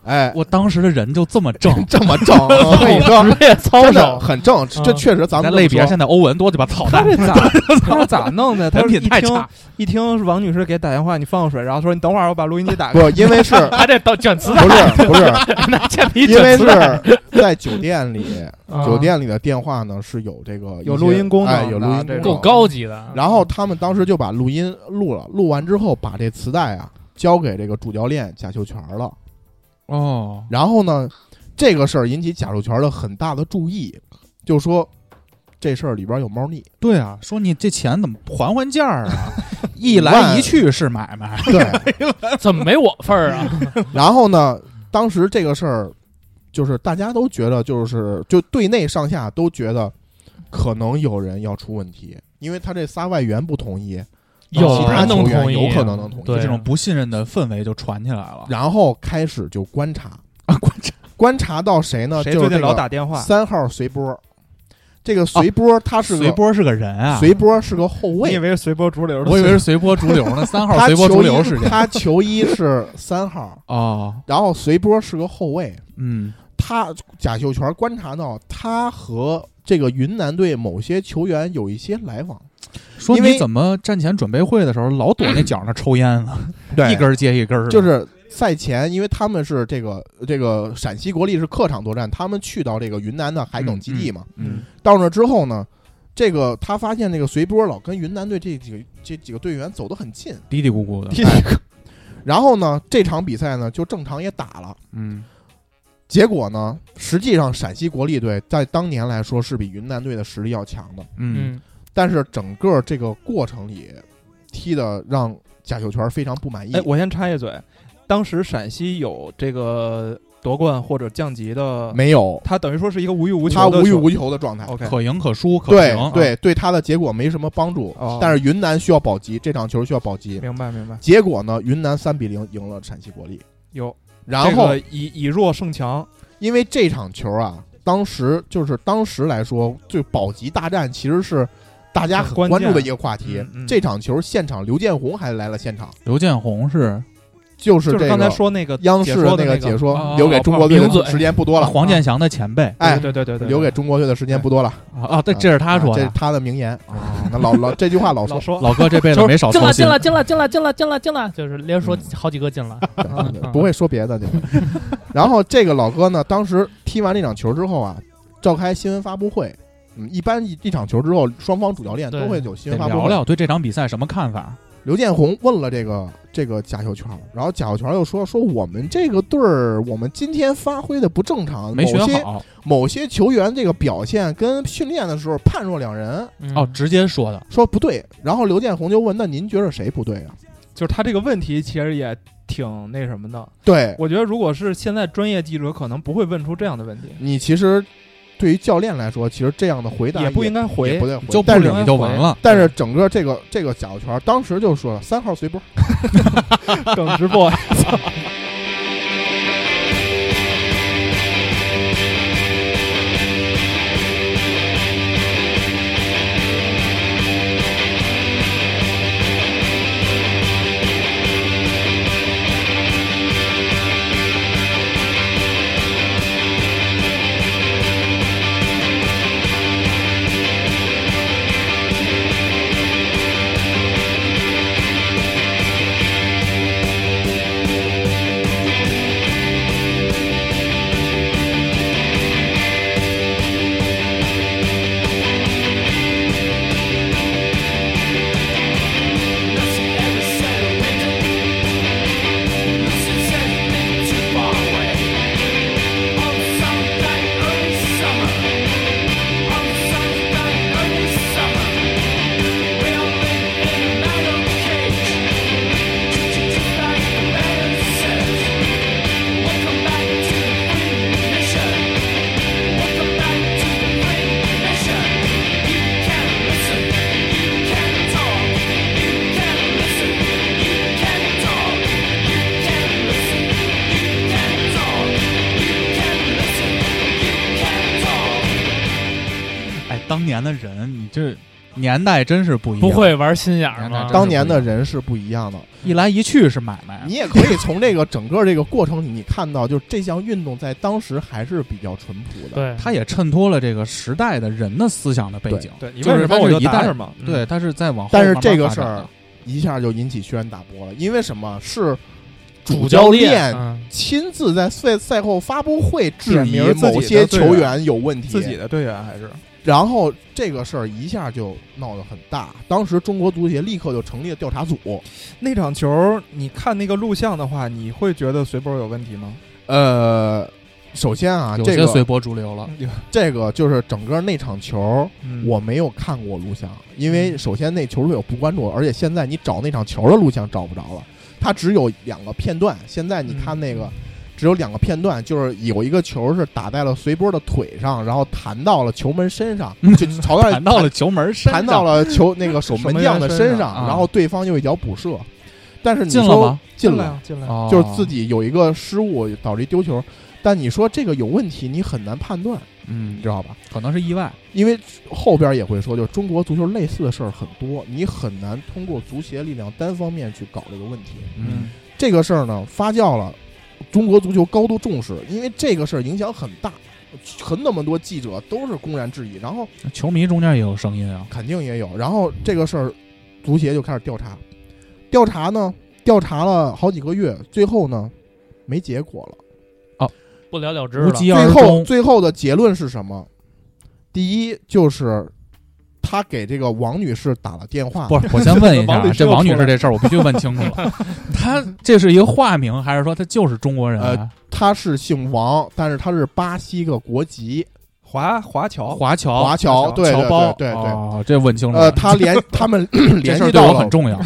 哎，我当时的人就这么正， <laughs> 这么正，我跟你说，职业操真的守很正，这嗯确实咱在们类别这现么在欧文多鸡巴操他蛋这，咋 <laughs> 他是咋弄的？他人是一品太听差一听是王女士给打电话，你放水，然后说你等会儿我把录音机打开。说不，因为是还得到卷磁带，不是不是，拿铅笔因卷为磁带。是 <laughs> 在酒店里，啊酒店里的电话呢是有这个一些有录音功能哎，有的录音这种功够能。高级的。 <laughs> 然后他们当时就把录音录了，录完之后把这磁带啊交给这个主教练贾秀全了。哦，然后呢，这个事儿引起贾秀全的很大的注意，就说这事儿里边有猫腻。对啊，说你这钱怎么还还价儿 <laughs> 啊？一五来万一去是买 <laughs> 卖，对，怎么没我份儿 <laughs> 啊？然后呢，当时这个事儿就是大家都觉得，就是就队内上下都觉得可能有人要出问题，因为他这仨外援不同意，有其他人能球员同意啊，有可能能同意对这种不信任的氛围就传起来了。然后开始就观察，啊，观察观察到谁呢？谁就最是近这老打个电话？三号随波，这个随波他是个随波是个人啊，随波是个后你以卫，为是随波逐流的？我以为是随波逐流 <laughs> 呢，三号他随波球逐衣流事件。他球衣是三号，哦，然后随波是个后卫，嗯，他贾秀全观察到他和这个云南队某些球员有一些来往，说因 <laughs> 为你怎么战前准备会的时候老躲那角那抽烟呢？一根儿接一根儿的，就是赛前，因为他们是这个这个陕西国力是客场作战，他们去到这个云南的海埂基地嘛，嗯，到那之后呢，这个他发现这个隋波老跟云南队这几个这几个队员走得很近，嘀嘀咕咕的， <laughs> 嘀嘀咕然后呢，这场比赛呢就正常也打了，嗯，结果呢，实际上陕西国力队在当年来说是比云南队的实力要强的，嗯，但是整个这个过程里踢的让贾秀全非常不满意。哎，我先插一嘴，当时陕西有这个夺冠或者降级的没有？他等于说是一个无欲无求他的哦无欲球无求的状态。 OK，可赢可输，可对行，啊对对，他的结果没什么帮助哦，但是云南需要保级，这场球需要保级。明白明白。结果呢，云南三比零赢了陕西国力。有，然后这个以以弱胜强，因为这场球啊，当时就是当时来说，就保级大战其实是大家很很关关注的键一个话题嗯。嗯这场球现场，刘建宏还来了现场，刘建宏是就就是是这个刚才说那个央解视说的的个个解哦哦说，哦留给中国队名的嘴时间不多了。啊啊黄健翔的前辈哎，对对对对，留给中国队的时间不多了。啊，啊对，这是他说啊这是的，他的名言。啊那老老这句话老老说，说老哥这辈子就是没少进操了心进，了进了进了进了进了进了，就是连说嗯好几个 <laughs> 进了，对嗯不会说别 <laughs> 的就。然后这个老哥呢，当时踢完这场球之后啊，召开新闻发布会。嗯，一般一一场球之后，双方主教练对都会有新得闻发布聊会。聊对这场比赛什么看法？刘建宏问了这个这个贾秀全，然后贾秀全又说说我们这个队儿，我们今天发挥的不正常，没学呃某些好某些球员这个表现跟训练的时候判若两人，嗯哦，直接说的，说不对。然后刘建宏就问，那您觉得谁不对啊？就是他这个问题其实也挺那什么的。对我觉得如果是现在专业记者，可能不会问出这样的问题，你其实对于教练来说，其实这样的回答也不应该也回不。对，回就不但是理就完了。但是整个这个这个小圈儿当时就说了三号随波，耿直 <laughs> boy，哎，当年的人，你这年代真是不一样，不会玩心眼儿吗？当年的人是不一样的。哎一来一去是买卖你。也可以从这个整个这个过程里，你看到就是这项运动在当时还是比较淳朴 <laughs> 的。对，它也衬托了这个时代的人的思想的背景，对你就为是什它么我是就一打代什么？嗯对，它是在往后但是慢慢这个发事展儿的一下就引起轩然大波了，因为什么？是主主教练练嗯亲自在赛赛后发布会质点疑名自己的某些队员球员有问题，自己的队员还是然后这个事儿一下就闹得很大。当时中国足协立刻就成立了调查组，那场球，你看那个录像的话，你会觉得随波有问题吗？呃，首先啊，有这些随个波逐流 <laughs> 了。这个就是整个那场球，嗯我没有看过录像，因嗯为首先那球队我不关注，而且现在你找那场球的录像找不着了，它只有两个片段。现在你看那个。嗯只有两个片段，就是有一个球是打在了随波的腿上，然后弹到了球门身上，嗯就朝 <laughs> 那嗯谈到了球门身上，弹到了 <laughs> 球那个守门将的守门身员身上上，啊然后对方又一脚补射，但是你进了说吗？进来了，啊，进来啊。哦就是自己有一个失误导致一丢球，但你说这个有问题，你很难判断，你嗯知，道吧？可能是意外。因为后边也会说，就是中国足球类似的事儿很多，你很难通过足协力量单方面去搞这个问题。嗯，这个事儿呢发酵了，中国足球高度重视，因为这个事儿影响很大，很那么多记者都是公然质疑，然后球迷中间也有声音啊。肯定也有。然后这个事儿，足协就开始调查，调查呢，调查了好几个月，最后呢，没结果了。不了了之无了。疾最而后终。最后的结论是什么？第一就是他给这个王女士打了电话，不是，我先问一下王啊，律师这又王女出士来这事儿我必须问清楚 <laughs> 了。她这是一个化名，还是说她就是中国人啊？呃她是姓王，但是她是巴西个国籍，华华侨，华侨，呃华侨，对侨对胞，对对对。哦，这问清楚了。呃，他联 <laughs> 他们这联事儿系对到我了很 <laughs> 重要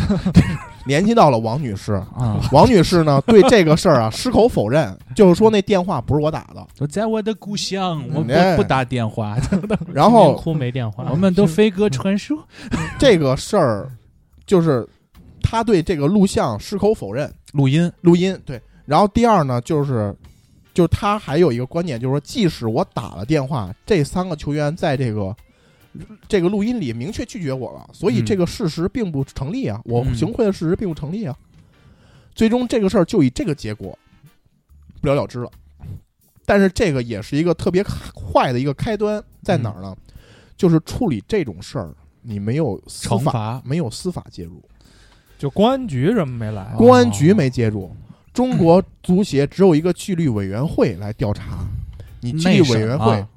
联系到了王女士，啊。王女士呢对这个事儿啊矢口否认，就是说那电话不是我打的。我在我的故乡，我不哎不打电 <laughs> 话，然贫民后窟没电话，我们都飞鸽传书。嗯这个事儿就是他对这个录像矢口否认，录音录音对。然后第二呢，就是就是他还有一个观点，就是说，即使我打了电话，这三个球员在这个这个录音里明确拒绝我了，所以嗯这个事实并不成立啊，我嗯行贿的事实并不成立啊。最终这个事儿就以这个结果不了了之了。但是这个也是一个特别坏的一个开端，在哪儿嗯呢？就是处理这种事儿，你没有司惩法，罚，没有司法介入。就公安局什么没来啊哦，公安局没介入，中国足协只有一个纪律委员会来调查。你纪律委员内审会啊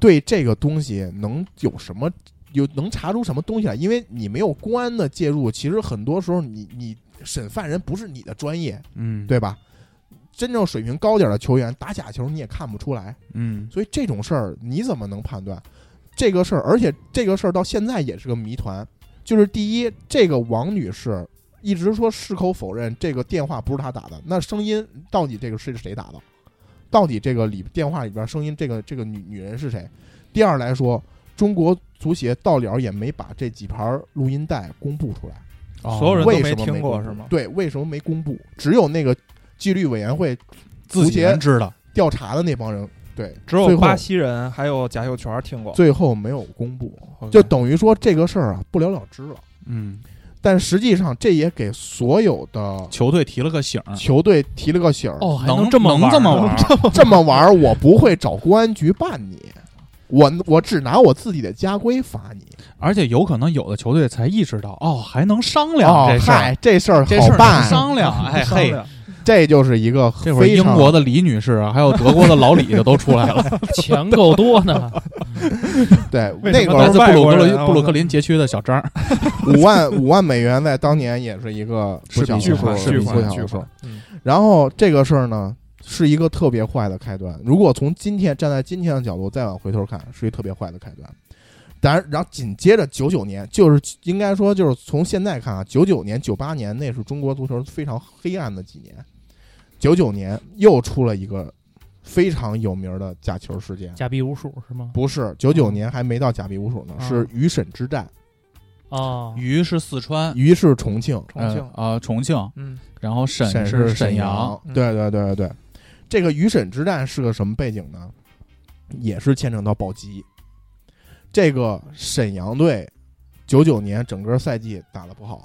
对这个东西能有什么？有能查出什么东西来？因为你没有公安的介入，其实很多时候你你审犯人不是你的专业，嗯，，对吧？真正水平高点的球员打假球你也看不出来，嗯，所以这种事儿你怎么能判断？这个事儿，而且这个事儿到现在也是个谜团。就是第一，这个王女士一直说矢口否认这个电话不是她打的，那声音到底这个是谁打的？到底这个里电话里边声音这个这个女女人是谁？第二来说，中国足协到了也没把这几盘录音带公布出来。哦所有人都为没什么听过公布是吗对，为什么没公布？只有那个纪律委员会自己人知道。调查的那帮人，对，只最有后巴西人还有贾秀全听过，最后没有公布， OK 就等于说这个事儿啊不了了之了。嗯，但实际上，这也给所有的球队提了个醒儿，球队提了个醒儿：啊哦，还能这么能这呢么玩儿？这么玩儿，我不会找公安局办你，我我只拿我自己的家规罚你。而且有可能有的球队才意识到，哦，还能商量这哦事儿，嗨，这事儿这事 <laughs> 好儿能办，商量，哎商嘿，量这就是一个这会儿非英常国的李女士啊，还有德国的老李就都出来了，钱够多呢， <laughs> 对为那什么个来自布鲁外国克人啊林布鲁克林街区的小张儿，五万五万美元在当年也是一个不小的巨款数巨不款小巨的款数嗯。然后这个事儿呢，是一个特别坏的开端。如果从今天站在今天的角度再往回头看，是一个特别坏的开端。当然，然后紧接着九九年，就是应该说就是从现在看啊，九九年、九八年那是中国足球非常黑暗的几年。九九年又出了一个非常有名的假球事件，假币无数是 <laughs> 吗？不是九九年还没到假币无数呢，啊是鱼沈之战，啊，于是四川，于是重庆，重庆呃啊重庆，嗯，然后沈沈是沈阳，嗯对对对对对，这个鱼沈之战是个什么背景呢？也是牵扯到保级。这个沈阳队九九年整个赛季打得不好，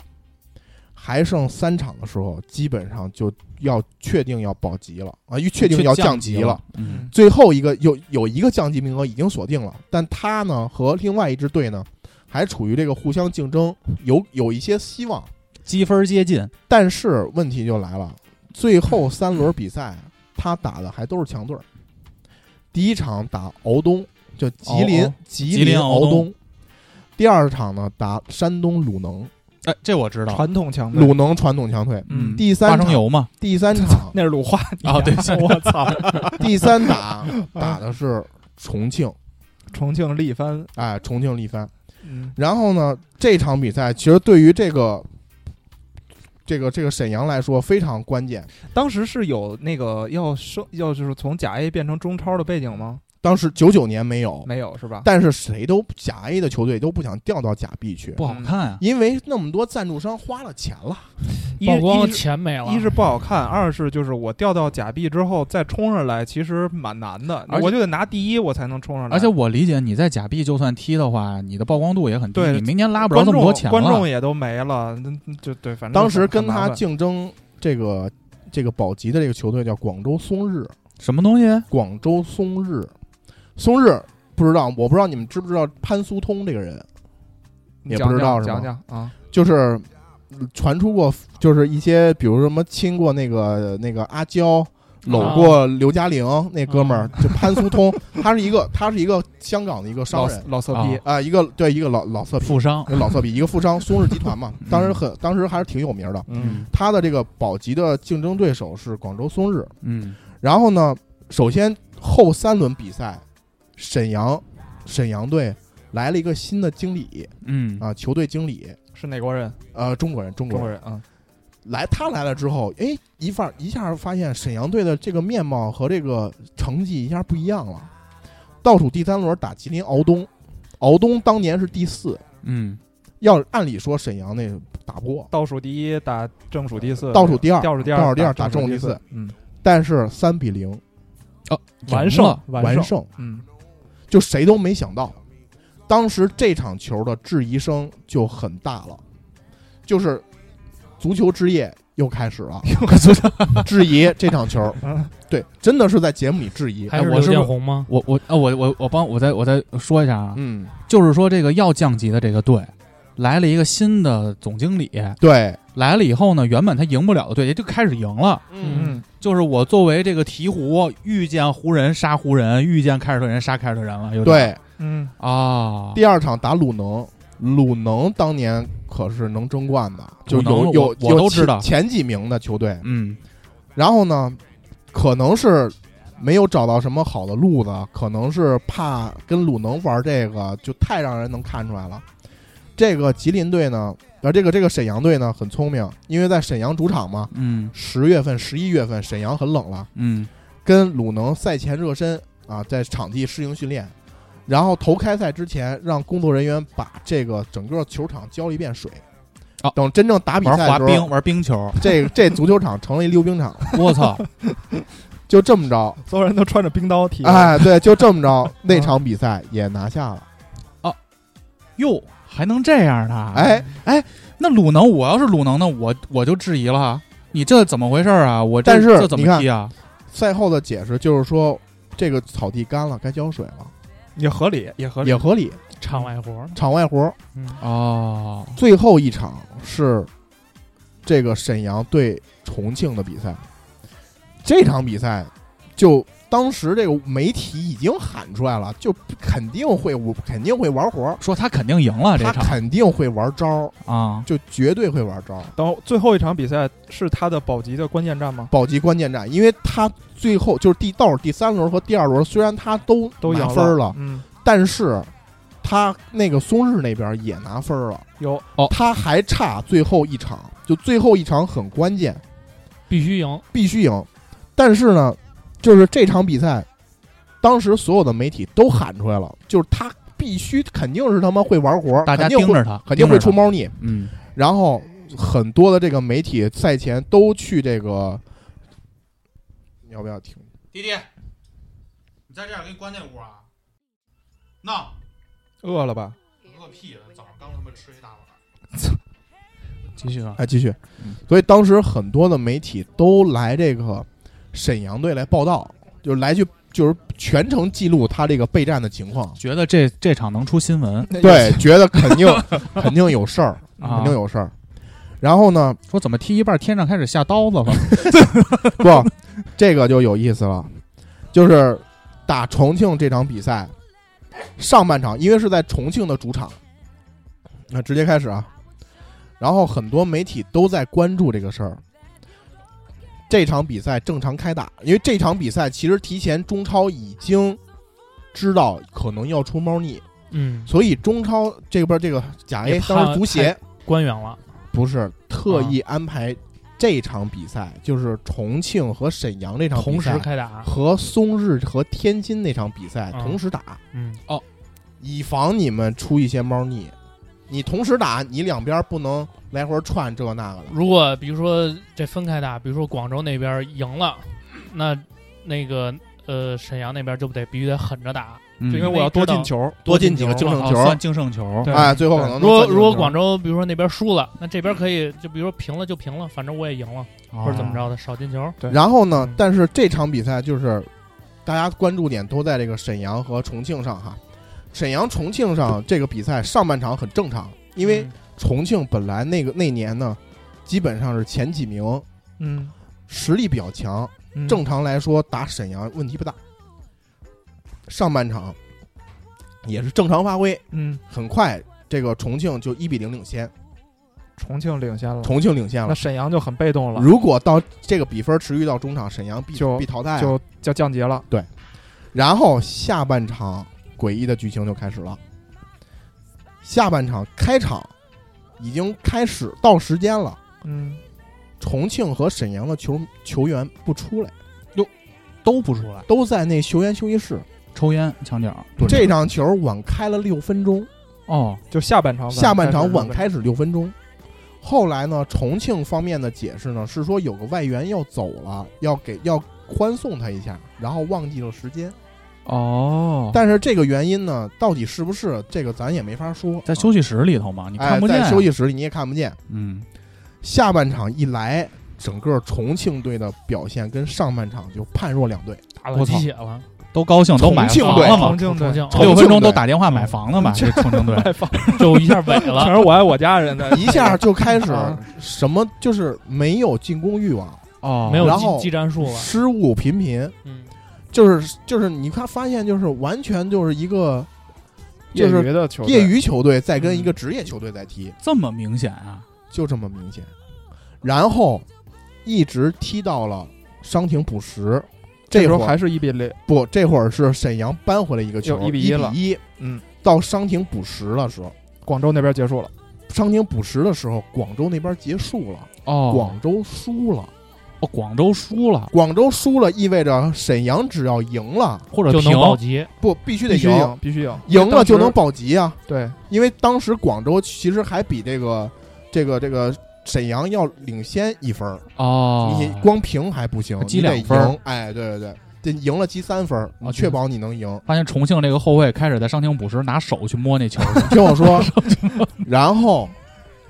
还剩三场的时候，基本上就要确定要保级了啊，确定要降级了。，嗯最后一个有有一个降级名额已经锁定了，但他呢和另外一支队呢还处于这个互相竞争，有有一些希望。积分接近，但是问题就来了，最后嗯三轮比赛他打的还都是强队儿。第一场打敖东，就吉林、敖敖吉吉林敖敖东东；第二场呢打山东鲁能，哎，这我知道，传统强队，鲁能传统强队。嗯第三花场生油嘛，第三 <laughs> 场那是鲁花啊对我操，第三打打的是重庆，重庆力帆，哎，重庆力帆。嗯，然后呢，这场比赛其实对于这个这个这个沈阳来说非常关键。当时是有那个要升，要就是从甲 A 变成中超的背景吗？当时九九年没有，没有是吧？但是谁都甲 A 的球队都不想调到甲 B 去，不好看啊，因为那么多赞助商花了钱了。一曝光一是钱没了，一是不好看，二是就是我调到甲 B 之后再冲上来，其实蛮难的，而且我就得拿第一我才能冲上来。而且我理解你在甲 B 就算踢的话，你的曝光度也很低，对你明年拉不着观那众么多钱了。观众也都没了，那那就对，反正当嗯时很跟很麻他烦竞争这个这个保级的这个球队叫广州松日，什么东西？广州松日，松日不知道，我不知道你们知不知道潘苏通这个人，也不知道是吧讲讲讲讲啊，就是嗯传出过就是一些，比如什么亲过那个那个阿娇，搂啊啊过刘嘉玲那哥们儿，就潘苏通，他是一个他是一个香港的一个商人，老老色批啊，一个对一个老老色批富商老色批，一个富商，松氏集团嘛，当时很当时还是挺有名的。嗯，他的这个保级的竞争对手是广州松日，嗯，然后呢，首先后三轮比赛，沈阳沈阳队来了一个新的经理，嗯啊，球队经理是哪国人？呃，中国人，中中国国人人啊，来，他来了之后，哎，一发一下发现沈阳队的这个面貌和这个成绩一下不一样了。倒数第三轮打吉林敖东，敖东当年是第四，嗯，要按理说沈阳那打不过，倒数第一打正数第四，倒数第二倒数第倒数第二打打正数数第四四，嗯，但是三比零哦，完赢胜了，完完胜，嗯，就谁都没想到，当时这场球的质疑声就很大了，就是足球之夜又开始了，质疑这场球，对，真的是在节目里质疑，还是哎刘我是不是建宏吗？我我啊我我我帮我再我再说一下啊，嗯，就是说这个要降级的这个队来了一个新的总经理，对，来了以后呢，原本他赢不了的队也就开始赢了。嗯，就是我作为这个鹈鹕，遇见湖人杀湖人，遇见凯尔特人杀凯尔特人了，有点对，嗯，啊，第二场打鲁能，鲁能当年可是能争冠的，就鲁能有有我我都有知道前前几名的球队，嗯然后呢，可能是没有找到什么好的路子，可能是怕跟鲁能玩这个就太让人能看出来了。这个吉林队呢，呃，这个这个沈阳队呢很聪明，因为在沈阳主场嘛，嗯十月份、十一月份沈阳很冷了，嗯跟鲁能赛前热身啊，在场地适应训练，然后头开赛之前让工作人员把这个整个球场浇了一遍水啊。等真正打比玩赛滑的时冰候，玩冰 <laughs> 球，这这足球场成了一溜冰场，我操，就这么着，所有人都穿着冰刀踢，哎，对，就这么着，那场比赛也拿下了。哟，还能这样的啊？哎，那鲁能，我要是鲁能呢，我我就质疑了啊，你这怎么回事啊？我这但是这怎你么看踢啊？赛后的解释就是说，这个草地干了，该浇水了，也合理，也合理也，合理。场外活儿，场外活儿，哦，最后一场是这个沈阳对重庆的比赛，这场比赛就当时这个媒体已经喊出来了，就肯定会我肯定会玩活儿，说他肯定赢了这他场肯定会玩招儿，啊，就绝对会玩招儿。等最后一场比赛是他的保级的关键战吗？保级关键战，因为他最后就是第倒数第三轮和第二轮，虽然他都都赢拿分儿了了，，嗯，但是他那个松日那边也拿分儿了，有他还差最后一场，就最后一场很关键，必须赢。必须赢。但是呢，就是这场比赛，当时所有的媒体都喊出来了，就是他必须肯定是他妈会玩活儿，大家肯定盯会着他，肯定盯着会他出，猫腻。嗯然后很多的这个媒体赛前都去这个，你要不要听？弟弟，你在这儿给你关那屋啊？闹，饿了吧？饿屁了！早上刚他妈吃一大碗。继续啊，哎，继续嗯。所以当时很多的媒体都来这个沈阳队来报道，就是来去就是全程记录他这个备战的情况。觉得这这场能出新闻对，觉得肯 <laughs> 定肯定有事儿，啊？肯定有事儿。然后呢，说怎么踢一半天上开始下刀子了？ <laughs> 不，这个就有意思了，就是打重庆这场比赛，上半场因为是在重庆的主场，那直接开始啊。然后很多媒体都在关注这个事儿。这场比赛正常开打，因为这场比赛其实提前中超已经知道可能要出猫腻，嗯，所以中超这边这个甲 A 也怕当时足协官员了，不是特意啊安排这场比赛，就是重庆和沈阳这场比同赛时开打。和松日和天津那场比赛嗯同时打，嗯，以防你们出一些猫腻。你同时打，你两边不能来回串这个那个的。如果比如说这分开打，比如说广州那边赢了，那那个呃沈阳那边就得必须得狠着打。嗯就因为我要多进球，多进进几个球净嘛胜哦球算净胜球对哎，最后可能如果能如果算进广州比如说那边输了，那这边可以就比如说平了就平了，反正我也赢了，哦或者怎么？着的，少进球。对然后呢嗯，但是这场比赛就是大家关注点都在这个沈阳和重庆上哈。沈阳、重庆上这个比赛上半场很正常，因为嗯重庆本来那个那年呢，基本上是前几名，嗯，实力比较强，嗯正常来说打沈阳问题不大。上半场也是正常发挥，嗯，很快这个重庆就一比零领先，重庆领先了，重庆领先了那。沈阳就很被动了。如果到这个比分持续到中场，沈阳必就必淘汰啊、就就降级了，对，然后下半场诡异的剧情就开始了。下半场开场已经开始到时间了，嗯，重庆和沈阳的球球员不出来，都不出来，都在那球员休息室。抽烟墙角。这场球晚开了六分钟，哦，就下半场晚下半场晚开始开始六分钟。后来呢，重庆方面的解释呢是说有个外援要走了，要给要欢送他一下，然后忘记了时间。哦，但是这个原因呢，到底是不是这个咱也没法说。在休息室里头嘛，你看不见哎，啊。在休息室里你也看不见。嗯，下半场一来，整个重庆队的表现跟上半场就判若 <laughs> 两队。打了鸡血了，都高兴，都买重庆房队了重嘛。庆队重庆重庆六分钟都队打电话买房了嘛，这重庆队卖房，就一下萎了。全是我爱我家人的一下就开始啊什么就是没有进攻欲望，哦，没有然后技技战术了，失误频频，嗯，就是就是你看发现就是完全就是一个 <laughs> 就业是余的球队业余球队在嗯跟一个职业球队在踢，这么明显啊！就这么明显。然后一直踢到了伤停补时，这这时候会儿还是一比零，不，这会儿是沈阳扳回了一个球，又1比一1了一。嗯，到伤停补时的时候，广州那边结束了，伤停补时的时候，广州那边结束了，哦，广州输了。哦广州输了，广州输了意味着沈阳只要赢了，或者就平能保级。不必须得必须赢，赢，必须赢，赢了就因为当能时保级啊。对，因为当时广州其实还比这个这个这个沈阳要领先一分儿，哦，你光平还不行，积你得两分儿赢。哎，对对对，这赢了积三分儿，你哦确保你能赢。发现重庆这个后卫开始在伤停补时拿手去摸那球去，听我说，然后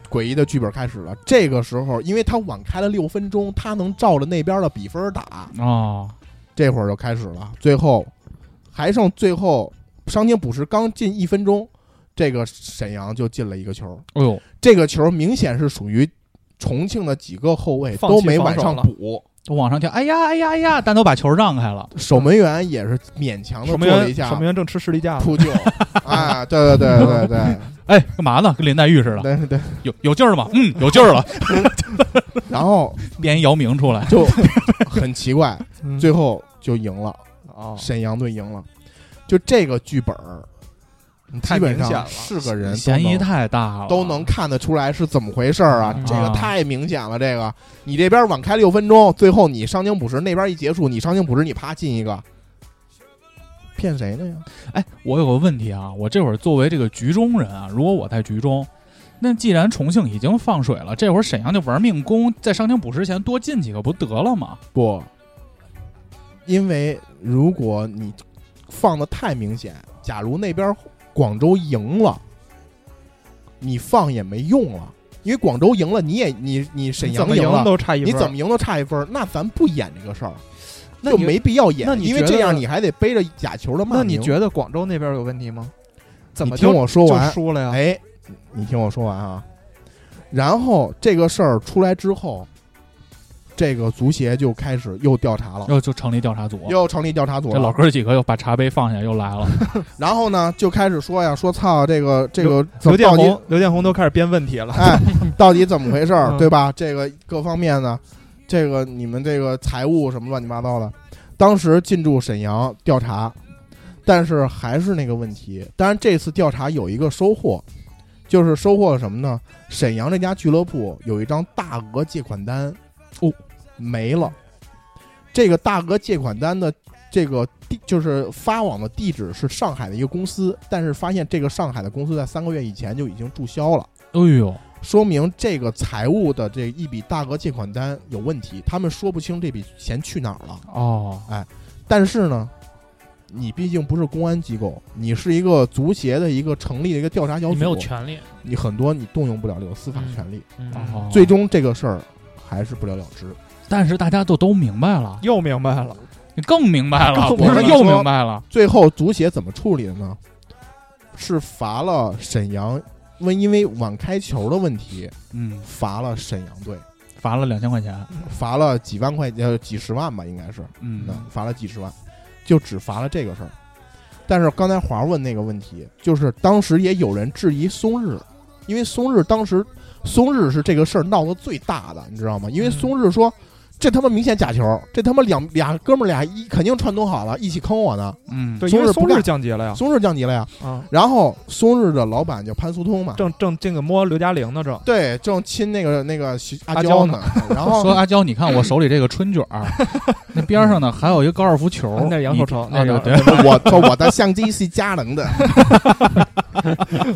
诡异的剧本开始了。这个时候，因为他晚开了六分钟，他能照着那边的比分打， <laughs> 哦，这会儿就开始了。最后还剩最后伤停补时刚进一分钟，这个沈阳就进了一个球。哎呦，这个球明显是属于重庆的几个后卫放弃都没往防上守补，都往上跳，哎呀，哎呀，哎呀，但都把球让开了。守门员也是勉强的守做门了一员下守门员正吃士力架呢，扑救 <laughs> 啊！对对对对 <laughs> 对哎，干嘛呢？跟林黛玉似的，对对对，有有劲儿吗？嗯，有劲儿了， <laughs> 然后编一姚明出来。就很奇怪，嗯最后就赢了。哦，沈阳队赢了。就这个剧本儿，基太本明显上了是个人都嫌疑能太大了，都能看得出来是怎么回事儿啊！嗯这个啊太明显了，这个你这边晚开六分钟，最后你伤停补时，那边一结束，你伤停补时你啪进一个，骗谁呢呀？哎，我有个问题啊，我这会儿作为这个局中人啊，如果我在局中，那既然重庆已经放水了，这会儿沈阳就玩命攻，在伤停补时前多进几个不得了吗？不，因为如果你放的太明显，假如那边广州赢了，你放也没用了，因为广州赢了，你也你你沈你怎阳么赢赢了。都差一你分，怎么赢都差一分儿，那咱不演这个事儿，那就你没必要演那，你因为觉得这样你还得背着假球的骂那你名觉得广州那边有问题吗？怎么你听就我说就完？输了呀？哎，你听我说完啊。然后这个事儿出来之后，这个足协就开始又调查了，又就成立调查组，又成立调查组这老了。哥几个又把茶杯放下又来了。然后呢，就开始说呀，说操，这个这个怎刘建么到底宏，刘建宏都开始编问题了，哎，到底怎么回事儿，嗯对吧？这个各方面呢，这个你们这个财务什么乱七八糟的，当时进驻沈阳调查，但是还是那个问题。当然，这次调查有一个收获，就是收获了什么呢？沈阳这家俱乐部有一张大额借款单，哦，没了。这个大额借款单的这个地就是发往的地址是上海的一个公司，但是发现这个上海的公司在三个月以前就已经注销了。哎呦，说明这个财务的这一笔大额借款单有问题，他们说不清这笔钱去哪儿了。哦，但是呢，你毕竟不是公安机构，你是一个足协的一个成立的一个调查小你组，没有权利，你很多你动用不了这个司法权利，哦嗯，最，终这个事儿还是不了了之。但是大家都都明白了，又明白了，你 <laughs> 更明白了，更不是明白又了明白了，最后足协怎么处理的呢？是罚了沈阳，问因为晚开球的问题嗯，罚了沈阳队，罚了两千块钱，罚了几万块钱，呃几十万吧，应该是，嗯，罚了几十万，就只罚了这个事儿。但是刚才华问那个问题，就是当时也有人质疑松日，因为松日当时松日是这个事儿闹得最大的，你知道吗？嗯因为松日说。这他妈明显假球！这他妈两俩哥们儿俩一肯定串通好了，一起坑我呢。嗯对，因松为日松不日干降级了呀，松日降级了呀。啊，然后松日的老板叫潘苏通嘛，正正这个摸刘嘉玲呢， <laughs> 正对，正亲那个那个徐阿娇娇呢呢。然 <laughs> 后说阿娇，你看我手里这个春卷 <laughs> 儿，那边上呢还有一个高尔夫球啊，那是杨受你成啊那是对对，我操，我的相机是佳能的。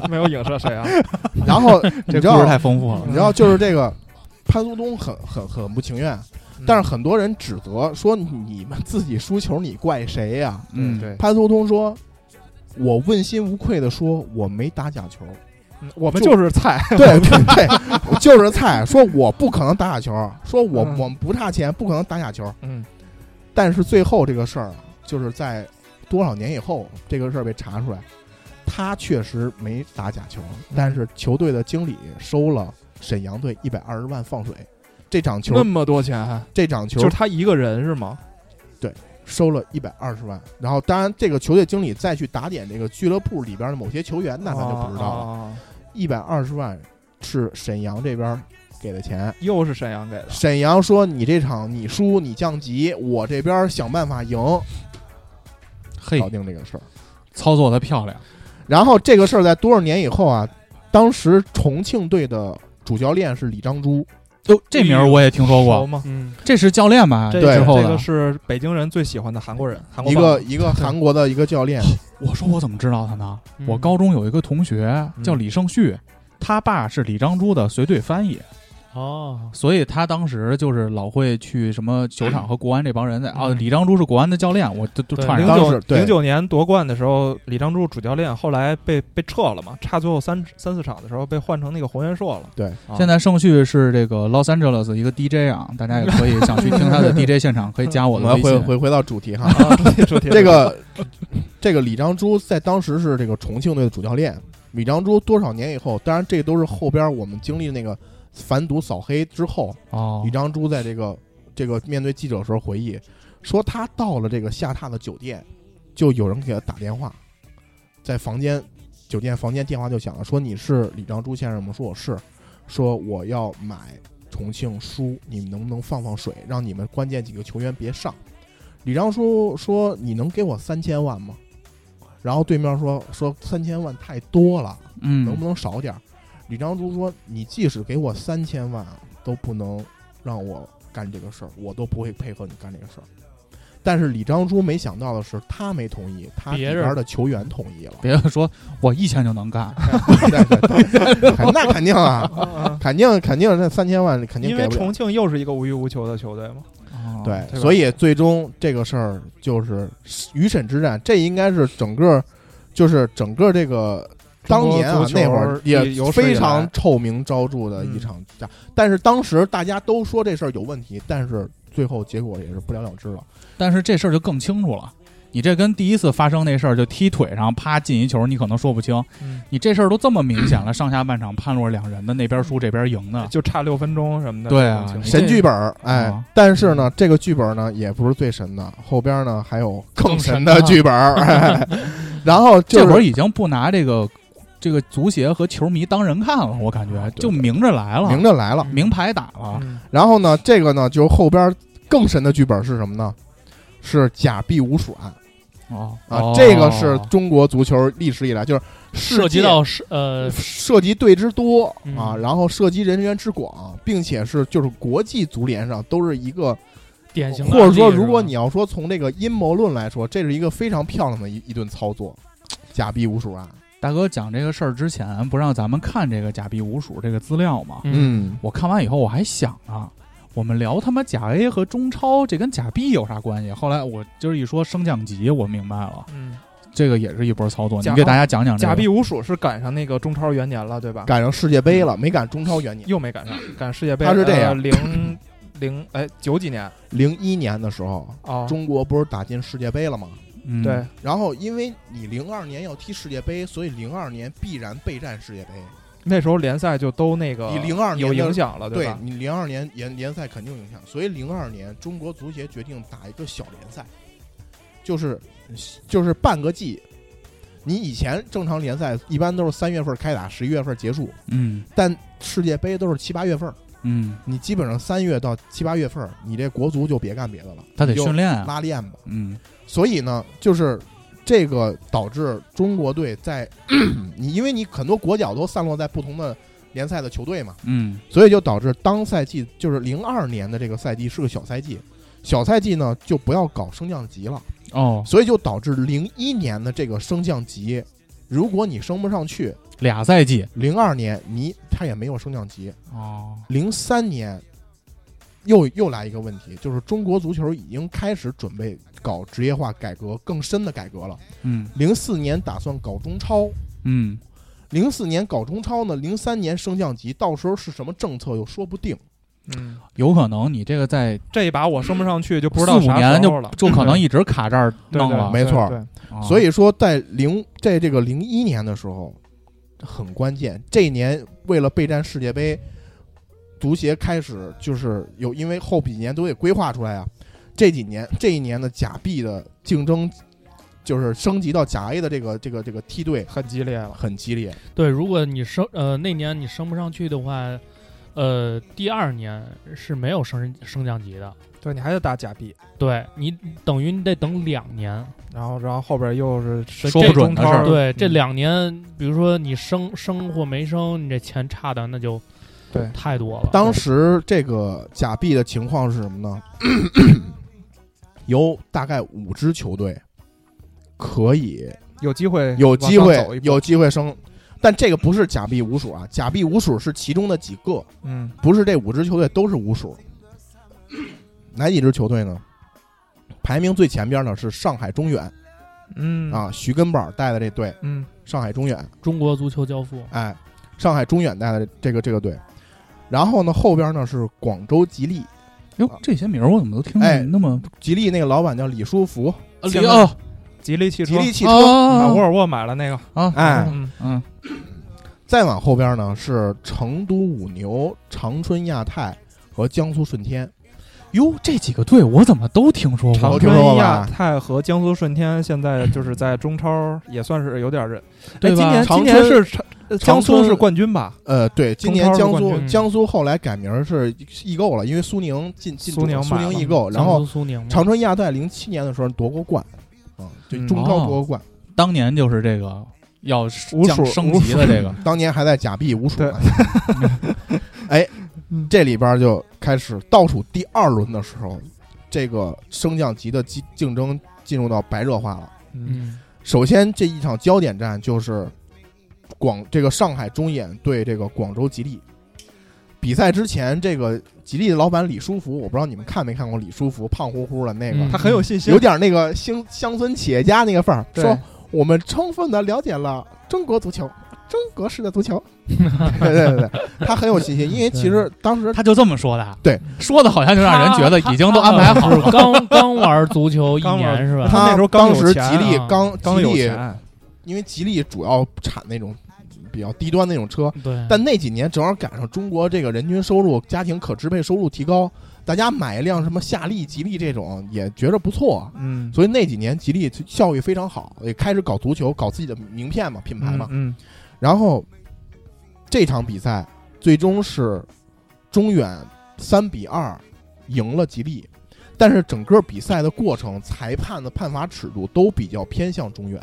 没有影射谁啊？然后 <laughs> 你这知故事道，太丰富了。你知道就是这个潘苏东很很很不情愿，但是很多人指责说你们自己输球，你怪谁呀、嗯，对，潘苏东说：“我问心无愧的说，我没打假球。嗯我们就是菜， <laughs> <laughs> 对对对，就是菜。说我不可能打假球，说我、嗯我们不差钱，不可能打假球。嗯，但是最后这个事儿，就是在多少年以后，这个事儿被查出来，他确实没打假球，嗯但是球队的经理收了沈阳队一百二十万放水。这场球那，么多钱还，这场球就是他一个人是吗？收了一百二十万。然后，当然这个球队经理再去打点这个俱乐部里边的某些球员，那咱就不知道了。了，一百二十万是沈阳这边给的钱。又是沈阳给的，沈阳说：“你这场你输，你降级，我这边想办法赢，嘿搞，定这个事儿。”操作的漂亮，然后这个事儿在多少年以后啊？当时重庆队的主教练是李章洙，哟，这名儿我也听说熟过，吗？嗯，这是教练吧？这对之后这的个，是北京人最喜欢的韩国人，韩国一棒个一个韩国的一个教练。我说我怎么知道他呢？嗯我高中有一个同学叫李胜旭，他爸是李章洙的随队翻译，哦，所以他当时就是老会去什么球场和国安这帮人在哦，李章洙是国安的教练，我都都对串零上当九时对零九年夺冠的时候，李章洙主教练，后来被被撤了嘛，差最后三三四场的时候被换成那个洪元硕 <laughs> 了。对，啊现在盛旭是这个 Los Angeles 一个 DJ 啊，大家也可以想去听他的 DJ 现场，可以加我 <laughs> 我的们微回信。回回到主题哈，啊，主题主 <laughs> 题 <laughs> 这个这个李章洙在当时是这个重庆队的主教练。李章洙多少年以后，当然这都是后边我们经历那个反赌扫黑之后，哦李，章洙在这个这个面对记者的时候回忆说，他到了这个下榻的酒店，就有人给他打电话，在房间酒店房间电话就响了，说你是李章洙先生吗？说我是，说我要买重庆输，你们能不能放放水，让你们关键几个球员别上？李章洙说你能给我三千万吗？然后对面说说三千万太多了。嗯，能不能少点儿？李章洙说：“你即使给我三千万，都不能让我干这个事儿，我都不会配合你干这个事儿。”但是李章洙没想到的是，他没同意，他别里人边的球员同意了。别说我一千就能干，对对对那肯定啊，肯定肯定，那三千万肯定因给为不了重。庆又是一个无欲无求的球队嘛，哦对，对吧所以最终这个事儿就是鱼沈之战，这应该是整个，就是整个这个当年中啊国足球那会有儿史也以来非常臭名昭著的一场架，嗯但是当时大家都说这事儿有问题，但是最后结果也是不了了之了。但是这事儿就更清楚了。你这跟第一次发生那事儿就踢腿上啪进一球，你可能说不清。嗯你这事儿都这么明显了，上下半场判若两人的，那边嗯输这边赢啊呢。就差六分钟什么的。对啊这种情况神剧本儿，哎啊，但是呢，这个剧本呢也不是最神的，后边呢还有更神更的神的剧本儿。 <laughs> 哎然后这会就儿是已经不拿这个这个足协和球迷当人看了，我感觉啊对就明着来了，明着来了，明牌打了。嗯然后呢，这个呢，就是后边更神的剧本是什么呢？是假币无鼠案哦啊！哦这个是中国足球历史以来就是世界涉及到是呃，涉及队之多嗯啊，然后涉及人员之广，并且是就是国际足联上都是一个，典型的或者说案例如果是吧你要说从这个阴谋论来说，这是一个非常漂亮的一一顿操作，假币无鼠案。大哥讲这个事儿之前，不让咱们看这个假币无鼠这个资料吗？嗯，我看完以后我还想啊，我们聊他妈假 A 和中超，这跟假币有啥关系？后来我就是一说升降级，我明白了，嗯，啊这个也是一波操作。假你给大家讲讲这个假币无鼠是赶上那个中超元年了，对吧？赶上世界杯嗯了，没赶中超元年，又没赶上，赶世界杯。他是这样呃零零哎九几年零一年的时候，哦，中国不是打进世界杯了吗？嗯对，然后，因为你零二年要踢世界杯，所以零二年必然备战世界杯。那时候联赛就都那个你零二年有的影响哦了，对吧？你零二年联联赛肯定有影响，所以零二年中国足协决定打一个小联赛，就是就是半个季。你以前正常联赛一般都是三月份开打，十一月份结束，嗯但世界杯都是七八月份，嗯，你基本上三月到七八月份，你这国足就别干别的了，他得你就训练啊拉练吧。嗯所以呢，就是这个导致中国队在 <clears throat> 你因为你很多国脚都散落在不同的联赛的球队嘛，嗯所以就导致当赛季就是零二年的这个赛季是个小赛季，小赛季呢就不要搞升降级了，哦，所以就导致零一年的这个升降级，如果你升不上去，俩赛季零二年你他也没有升降级，哦，零三年又又来一个问题，就是中国足球已经开始准备搞职业化改革更深的改革了。嗯零四年打算搞中超，嗯零四年搞中超呢，零三年升降级，到时候是什么政策又说不定。嗯，有可能你这个在这一把我升不上去就不知四道五啥年时候就了，就可能一直卡这儿对弄了，没错对对哦所以说，在零在这个零一年的时候很关键，这一年为了备战世界杯，足协开始就是有因为后几年都得规划出来啊，这几年这一年的甲 B 的竞争就是升级到甲 A 的这个这个这个梯队很激烈了。很激烈，对，如果你升呃那年你升不上去的话，呃第二年是没有升升降级的，对你还得打假币，对你等于你得等两年。然后然后后边又是这说不准的中事儿超对，这嗯两年，比如说你升升或没升，你这钱差的那就对太多了。当时这个假币的情况是什么呢？有大概五支球队可以有机会有机往上走会一步有机会升，但这个不是假币五鼠啊，假币五鼠是其中的几个，嗯不是这五支球队都是五鼠。哪几支球队呢？排名最前边呢是上海中远嗯啊，徐根宝带的这队，嗯上海中远，中国足球教父，哎，上海中远带的这个这个队。然后呢，后边呢是广州吉利，哟，这些名儿我怎么都听哎着那么吉利那个老板叫李书福，哦现在哦吉利汽车吉利汽车。把哦沃尔沃买了那个，啊哎，嗯嗯再往后边呢是成都五牛、长春亚泰和江苏舜天。哟，这几个队我怎么都听说长过我？春听说过亚吧泰和江苏舜天现在就是在中超也算是有点人，对哎今吧年长今年是春长呃江苏是冠军吧？呃，对，今年中超的江冠苏军江苏后来改名是易购了，因为苏宁进进苏宁苏买了宁易购，然江苏后苏宁嘛长春亚泰零七年的时候夺过冠，啊，就嗯中超哦夺过冠，当年就是这个要五降鼠升级的这个，当年还在假币五鼠对呢。 <laughs> 哎，这里边就开始倒数第二轮的时候，这个升降级的竞竞争进入到白热化了。嗯，首先这一场焦点战就是广这个上海中远对这个广州吉利。比赛之前，这个吉利的老板李书福，我不知道你们看没看过李书福，胖乎乎的那个，嗯他很有信心有，点那个乡乡村企业家那个范儿，对说我们充分的了解了中国足球，中国式的足球。 <laughs> 对对对对，他很有信心，因为其实当时他就这么说的，啊对，说的好像就让人觉得已经都安排好是了。呃刚刚玩足球一刚玩年是 <laughs> 吧？他那时候刚当有时吉钱啊利刚刚吉有利，钱，因为吉利主要产那种比较低端那种车，对，但那几年正好赶上中国这个人均收入、家庭可支配收入提高，大家买一辆什么夏利、吉利这种也觉着不错，啊嗯，所以那几年吉利效益非常好，也开始搞足球，搞自己的名片嘛、品牌嘛。嗯，嗯然后这场比赛最终是中远三比二赢了吉利，但是整个比赛的过程，裁判的判罚尺度都比较偏向中远，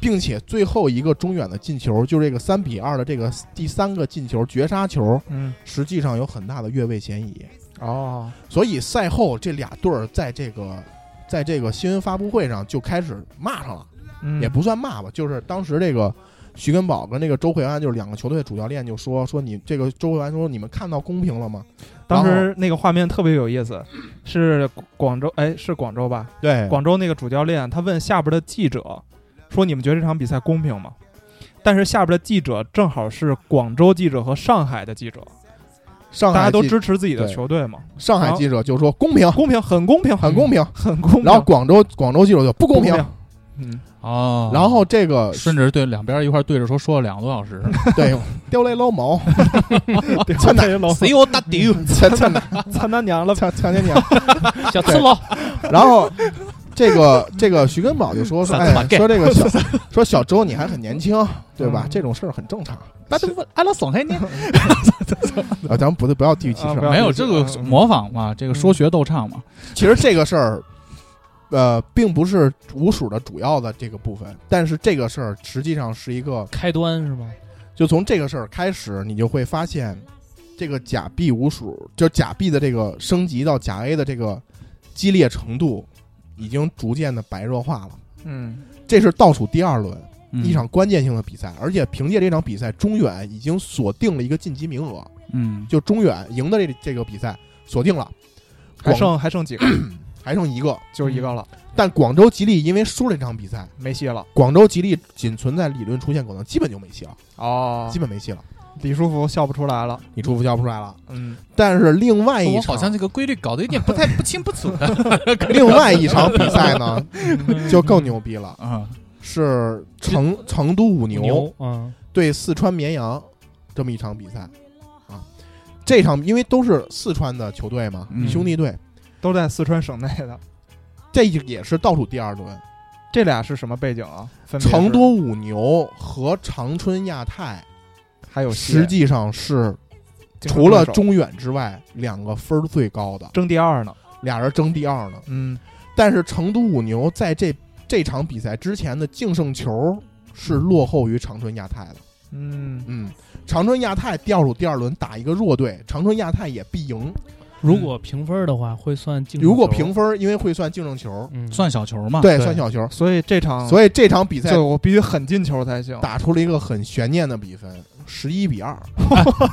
并且最后一个中远的进球，就这个三比二的这个第三个进球绝杀球，嗯，实际上有很大的越位嫌疑。哦，所以赛后这俩队儿在这个在这个新闻发布会上就开始骂上了。嗯也不算骂吧，就是当时这个徐根宝跟这个周慧安，就是两个球队的主教练就说说你这个周慧安说你们看到公平了吗？当时那个画面特别有意思，是广州，哎，是广州吧？对广州那个主教练他问下边的记者说：“你们觉得这场比赛公平吗？”但是下边的记者正好是广州记者和上海的记者，上大海家都记支持自己的对球队嘛，上海记者就说公平，公平，很公平，很公平。很公平，然后广州广州记者就不公嗯平平，，嗯，哦，然后这个顺着对两边一块对着说，说了两个多小 <laughs> 时。对，掉泪 <laughs> 捞毛，操你！谁我打 <laughs> 丢？操 <laughs> 操你！操他娘了！操操你娘！小刺喽。然后这个这个徐根宝 <laughs> 就说说，哎，说这个小说小周你还很年轻，对嗯吧？这种事儿很正常。那就俺老怂黑你。啊，咱们不不要地域歧视，啊没有这个模仿嘛，这个说学逗唱嘛。其实这个事儿。呃，并不是五鼠的主要的这个部分，但是这个事儿实际上是一个开端，是吗？就从这个事儿开始，你就会发现，这个假币五鼠，就假币的这个升级到假 A 的这个激烈程度，已经逐渐的白热化了。嗯，这是倒数第二轮、嗯、一场关键性的比赛，而且凭借这场比赛，中远已经锁定了一个晋级名额。嗯，就中远赢的这这个比赛锁定了，还剩还剩 <clears throat> 几个？还剩一个，就一个了。但广州吉利因为输了这场比赛，没戏了。广州吉利仅存在理论出现可能，基本就没戏了。哦，基本没戏了。李书福笑不出来了，李书福笑不出来了。嗯，但是另外一我好像这个规律搞得有点不太不清不楚 <laughs> 的。 <laughs> 另外一场比赛呢，就更牛逼了啊！是成成都五牛啊对四川绵阳这么一场比赛啊。这场因为都是四川的球队嗯嘛，兄弟队。都在四川省内的，这也是倒数第二轮。这俩是什么背景啊？分别是成都五牛和长春亚泰，还有西实际上是竞争除了对手中远之外，两个分儿最高的，争第二呢。俩人争第二呢。嗯，但是成都五牛在这这场比赛之前的净胜球是落后于长春亚泰的。嗯，嗯，长春亚泰掉入第二轮打一个弱队，长春亚泰也必赢。如果评分的话，会算进。如果评，分，因为会算净胜球，嗯，算小球嘛？对，啊对算小球。所以这场，所以这场比赛就我必须狠进球才行。打出了一个很悬念的比分，十一比二。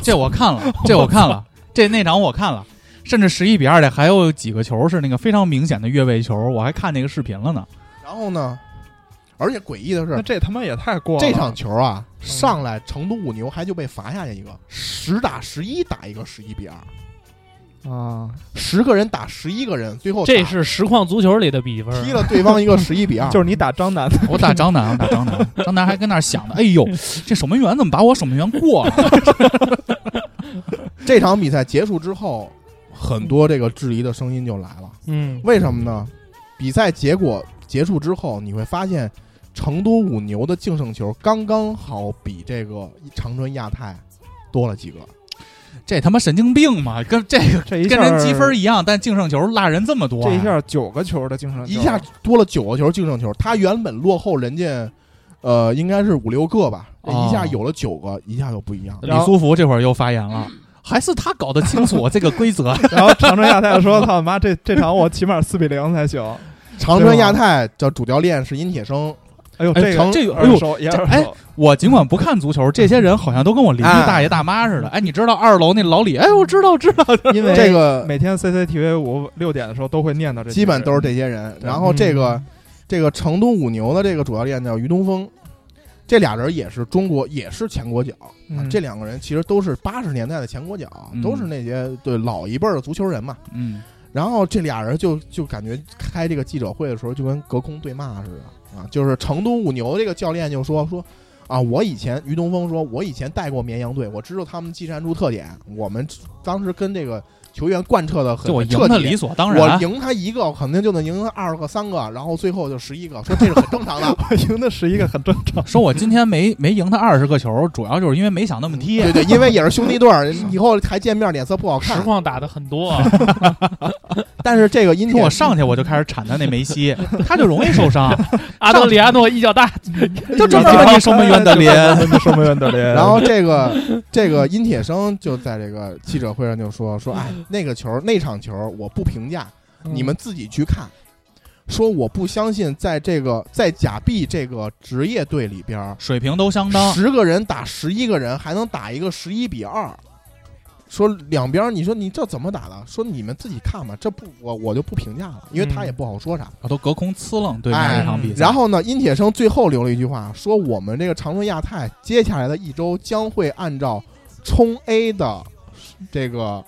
这我看了， <laughs> 这我看了，这那场我看了，甚至十一比二的还有几个球是那个非常明显的越位球，我还看那个视频了呢。然后呢，而且诡异的那是，这他妈也太过了。嗯这场球啊，上来成都五牛还就被罚下去一个，十打十一打一个十一比二，啊，十个人打十一个人，最后打这是实况足球里的比分。踢了对 <laughs> 方一个十一比二，就是你打张楠，我打张楠，我打张楠，张楠还跟那儿想呢，哎呦，这守门员怎么把我守门员过了？这场比赛结束之后，很多这个质疑的声音就来了，嗯，为什么呢？比赛结果结束之后，你会发现。成都五牛的净胜球刚刚好比这个长春亚泰多了几个，这他妈神经病嘛，跟这个这一下跟人积分一样，但净胜球落人这么多、啊这一下九个球的净胜球，一下多了九个球净胜球，他原本落后人家，呃，应该是五六个吧，这哦一下有了九个，一下就不一样了。李书福这会儿又发言了，还是他搞得清楚这个规则。 <laughs> 然后长春亚泰 <laughs> 说：“操妈，这这场我起码四比零才行。长春亚泰的主教练是殷铁生，”哎呦，哎这个这个哎呦耳熟也耳哎熟。我尽管不看足球，这些人好像都跟我邻居哎大爷大妈似的。哎，你知道二楼那老李？哎，我知道，知道。 <laughs> 因为这个每天 CCTV 五六点的时候都会念叨这，基本都是这些人。然后这个这个成都五牛的这个主教练叫于东风，这俩人也是中国也是前国脚，啊嗯这两个人其实都是八十年代的前国脚，嗯都是那些对老一辈儿的足球人嘛。嗯，然后这俩人就就感觉开这个记者会的时候就跟隔空对骂似的啊，就是成都五牛这个教练就说说啊，我以前于东风说，我以前带过绵阳队，我知道他们技战术特点，我们当时跟这个球员贯彻的很 <laughs> 就我很赢彻的底理所当我然。赢他一个，肯定就能赢他二个、三个，然后最后就十一个，说 <laughs> 这是很正常的。我赢的十一个很正常。啊说我今天没没赢他二十个球，主要就是因为没想那么踢。对对，因为也是兄弟队儿，以后还见面脸色不好实看。况打的很多啊。 <laughs> 但是这个因说铁我上去我就开始铲他那梅西，他就容易受伤， <laughs> 阿德里亚诺一脚大，就专门给你守门员的脸。守门员的林， <laughs> 然后这个这个殷铁生就在这个记者会上就说说，哎，那个球那场球我不评价，嗯你们自己去看。说我不相信，在这个在假币这个职业队里边儿，水平都相当。十个人打十一个人，还能打一个十一比二。说两边儿，你说你这怎么打的？说你们自己看吧，这不我我就不评价了，因为嗯他也不好说啥。啊我都隔空呲楞对面那场比赛。哎然后呢，殷铁生最后留了一句话，说我们这个长春亚泰接下来的一周将会按照冲 A 的这个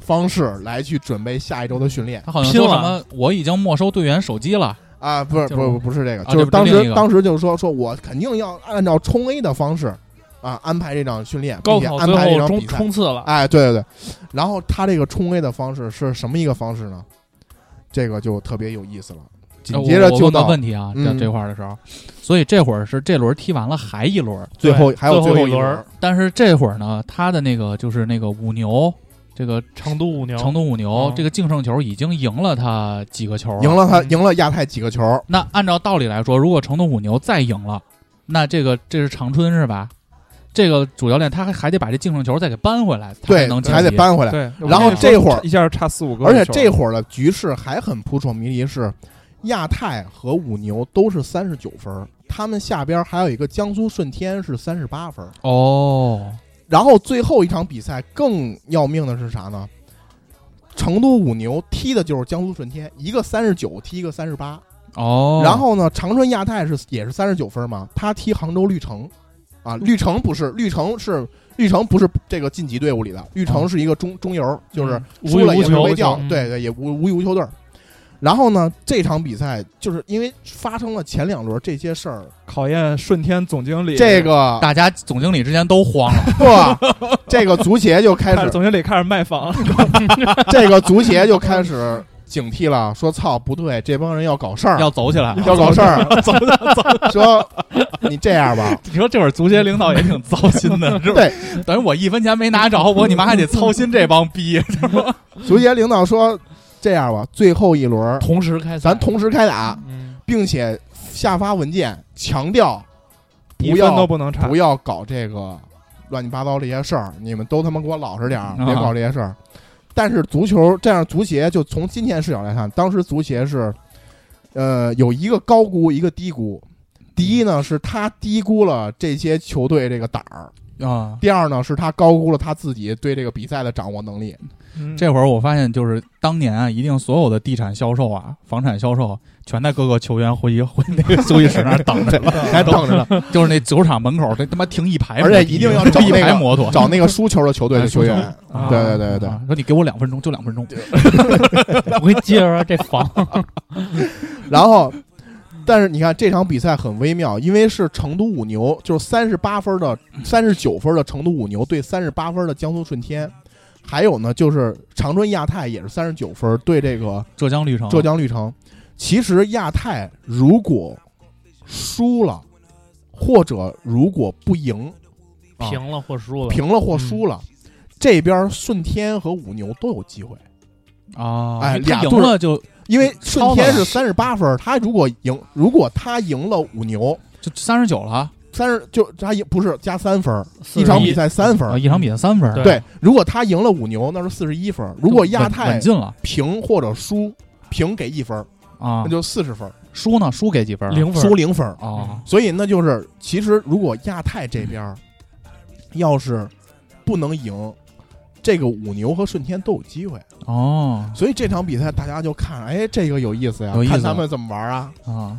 方式来去准备下一周的训练。他好像拼说了什么我已经没收队员手机了，啊，不是就是不是不是这个，啊就这不是是当另一时个当时就是说说我肯定要按照冲 A 的方式啊安排这场训练，高并且考安最排这后场冲比赛。冲刺了，哎，对对对，然后他这个冲 A 的方式是什么一个方式呢？这个就特别有意思了。紧接着我我就问到到问题啊，这嗯这块儿的时候，所以这会儿是这轮踢完了还一轮，最后对还有最后后一轮轮儿，但是这会儿呢，他的那个就是那个五牛，这个成都五牛，成都五牛嗯这个净胜球已经赢了他几个球，赢。了他嗯赢了亚太几个球，那按照道理来说，如果成都五牛再赢了，那这个这是长春是吧？这个主教练他还还得把这净胜球再给扳回来，他才对能，晋还得级。扳回来。对，然后这会儿一下差四五个球，而且这会儿的局势还很扑朔迷离，是亚太和五牛都是三十九分儿，他们下边还有一个江苏舜天是三十八分儿。哦，然后最后一场比赛更要命的是啥呢？成都五牛踢的就是江苏舜天，一个三十九踢一个三十八。哦，然后呢，长春亚泰是也是三十九分嘛，他踢杭州绿城，啊，绿城不是，绿城是绿城不是这个晋级队伍里的，绿城是一个中、中游，就是嗯输了无欲也无求没被调，嗯对对，也无无欲无求队儿。然后呢，这场比赛就是因为发生了前两轮这些事儿，考验顺天总经理这个大家总经理之间都慌 <laughs> 了，不，这个足协 <laughs> 就开开始始，总经理开始卖房，这个足协就开始警惕了，说操不对，这帮人要搞事儿，要走起来了。要搞事儿，走走，说你这样吧，你说这会儿足协领导也挺糟心 <laughs> 的，是吧？对，等于我一分钱没拿着，我你妈还得操心这帮 <laughs> 逼。足协领导说：“这样吧，最后一轮儿同时开赛，咱同时开打，嗯并且下发文件强调 <laughs> 一不分都要不能差啊不。要搞这个乱七八糟这些事儿，你们都他妈给我老实点儿，啊别搞这些事儿。”但是足球这样，足协就从今天视角来看，当时足协是，呃，有一个高估，一个低估。第一呢，是他低估了这些球队这个胆儿；啊，第二呢，是他高估了他自己对这个比赛的掌握能力。嗯这会儿我发现，就是当年啊，一定所有的地产销售啊、房产销售，全在各个球员回回那个休息室那儿等 <laughs> 着，还等着呢，就是那球场门口，这他哎妈停一排摩而托，且一定要 <laughs> 找一那排个摩托。找那个输球的球队的球员哎。啊对对对对对啊，说你给我两分钟，就两分钟。我给你接着说这 <laughs> 房，啊 <laughs> 然后，但是你看这场比赛很微妙，因为是成都五牛，就是三十八分的、嗯三十九分的成都五牛对三十八分的江苏舜天，还有呢就是长春亚泰也是三十九分对这哦个浙江绿城，浙江绿城。其实亚泰如果输了，或者如果不赢，啊平了或嗯输了，平了或输了，这边舜天和五牛都有机会。啊，哎他俩赢队儿了就因为顺天是超三十八分，他如果赢，如果他赢了五牛，就三十九了啊，三十就他赢不是加三分， 41一场比赛三分啊，一场比赛三分，对对，如果他赢了五牛，那是四十一分；如果亚稳太稳进了平或者输，平给一分，啊那，就四十分，输呢输给几分啊？零分输零分。啊，所以那就是，其实如果亚太这边要是不能赢，这个五牛和顺天都有机会。哦所以这场比赛大家就看，哎，这个有意思呀有，意思看他们怎么玩啊。啊，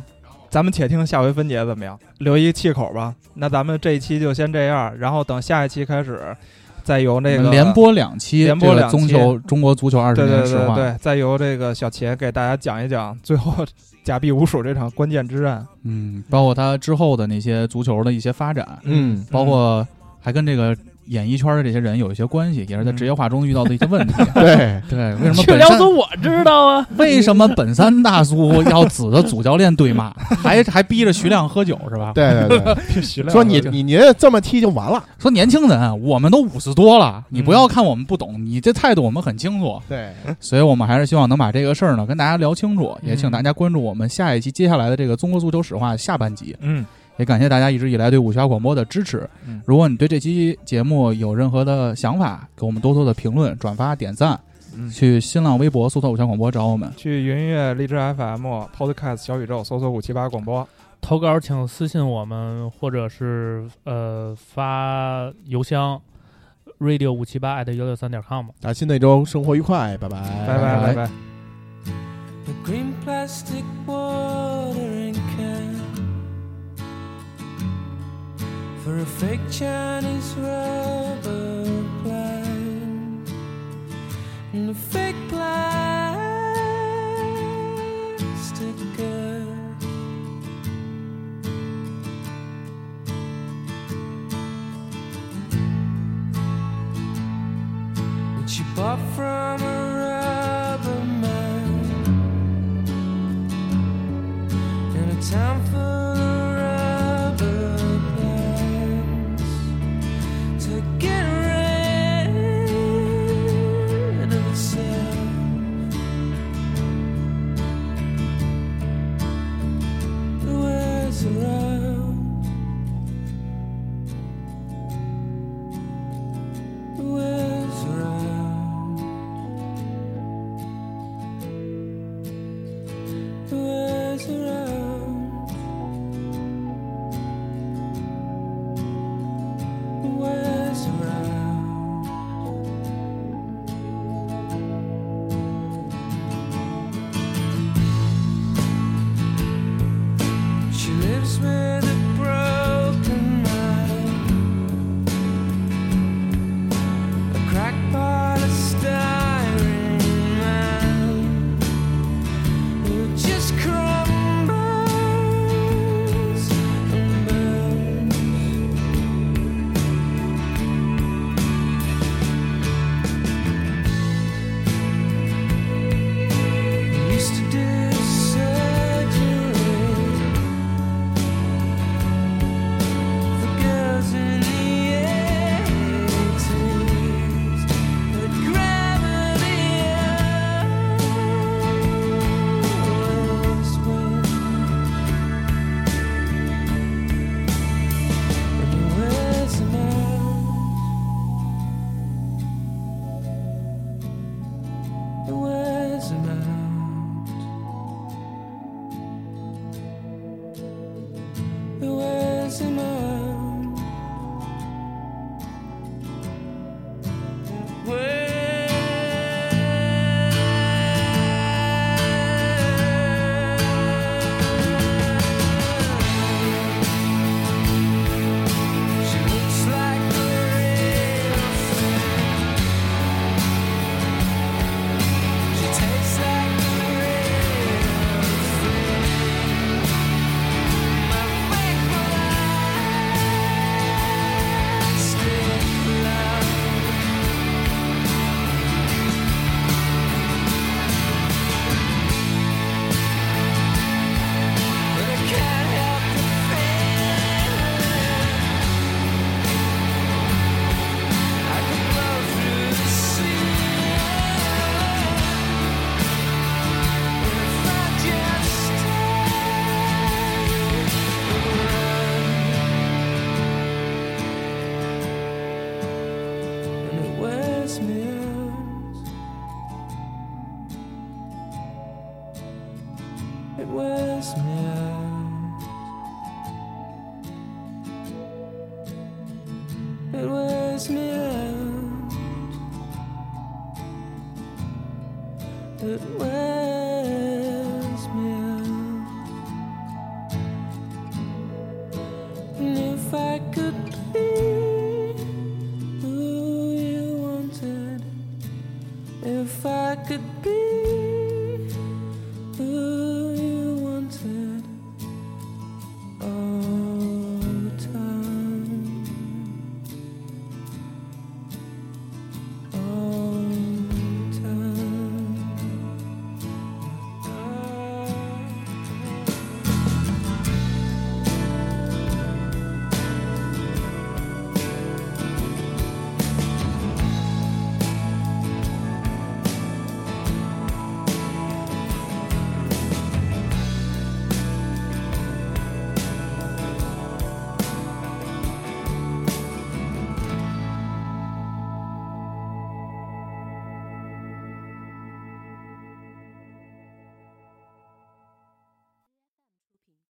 咱们且听下回分解怎么样，留一个气口吧。那咱们这一期就先这样，然后等下一期开始，再由那个连播两期，连播这个两期中球中国足球二十对对年实对话，对，再由这个小茄给大家讲一讲最后假币五鼠这场关键之战。嗯，包括他之后的那些足球的一些发展，嗯包括还跟这个演艺圈的这些人有一些关系，也嗯是在职业化中遇到的一些问题。啊 <laughs> 对，对，为什么去本辽足山我知道 <laughs> 啊，为什么本山大叔要指着主教练对 <laughs> 骂，还还逼着徐亮喝酒是吧？，对对对。徐亮说你你你这么踢就完了。说年轻人，啊我们都五十多了，你不嗯要看我们不懂，你这态度我们很清楚。对，所以我们还是希望能把这个事儿呢跟大家聊清楚，也请嗯大家关注我们下一期接下来的这个《中国足球史话》下半集。嗯，也感谢大家一直以来对武侠广播的支持嗯。如果你对这期节目有任何的想法，给我们多多的评论、转发、点赞。嗯去新浪微博搜索“武侠广播”找我们。去云音乐、荔枝 FM、Podcast、小宇宙搜索五七八广播。投稿请私信我们，或者是呃发邮箱 radio 五七八 at 幺六三点 com。啊，新的一周生活愉快，拜拜，拜拜拜拜。 the green plastic watering can for a fake Chinese rubber plant and a fake plastic girl Far from a rubber man in a town full of rubber bands to get rid of itself. The world's around. The world's around. The world's around. The world's around. She lives with a broken mind, a crackpot, a staring man who just crumbles and burns. We used to do surgery. The words amount and it wears me out. It wears me out. It wears me out. It wears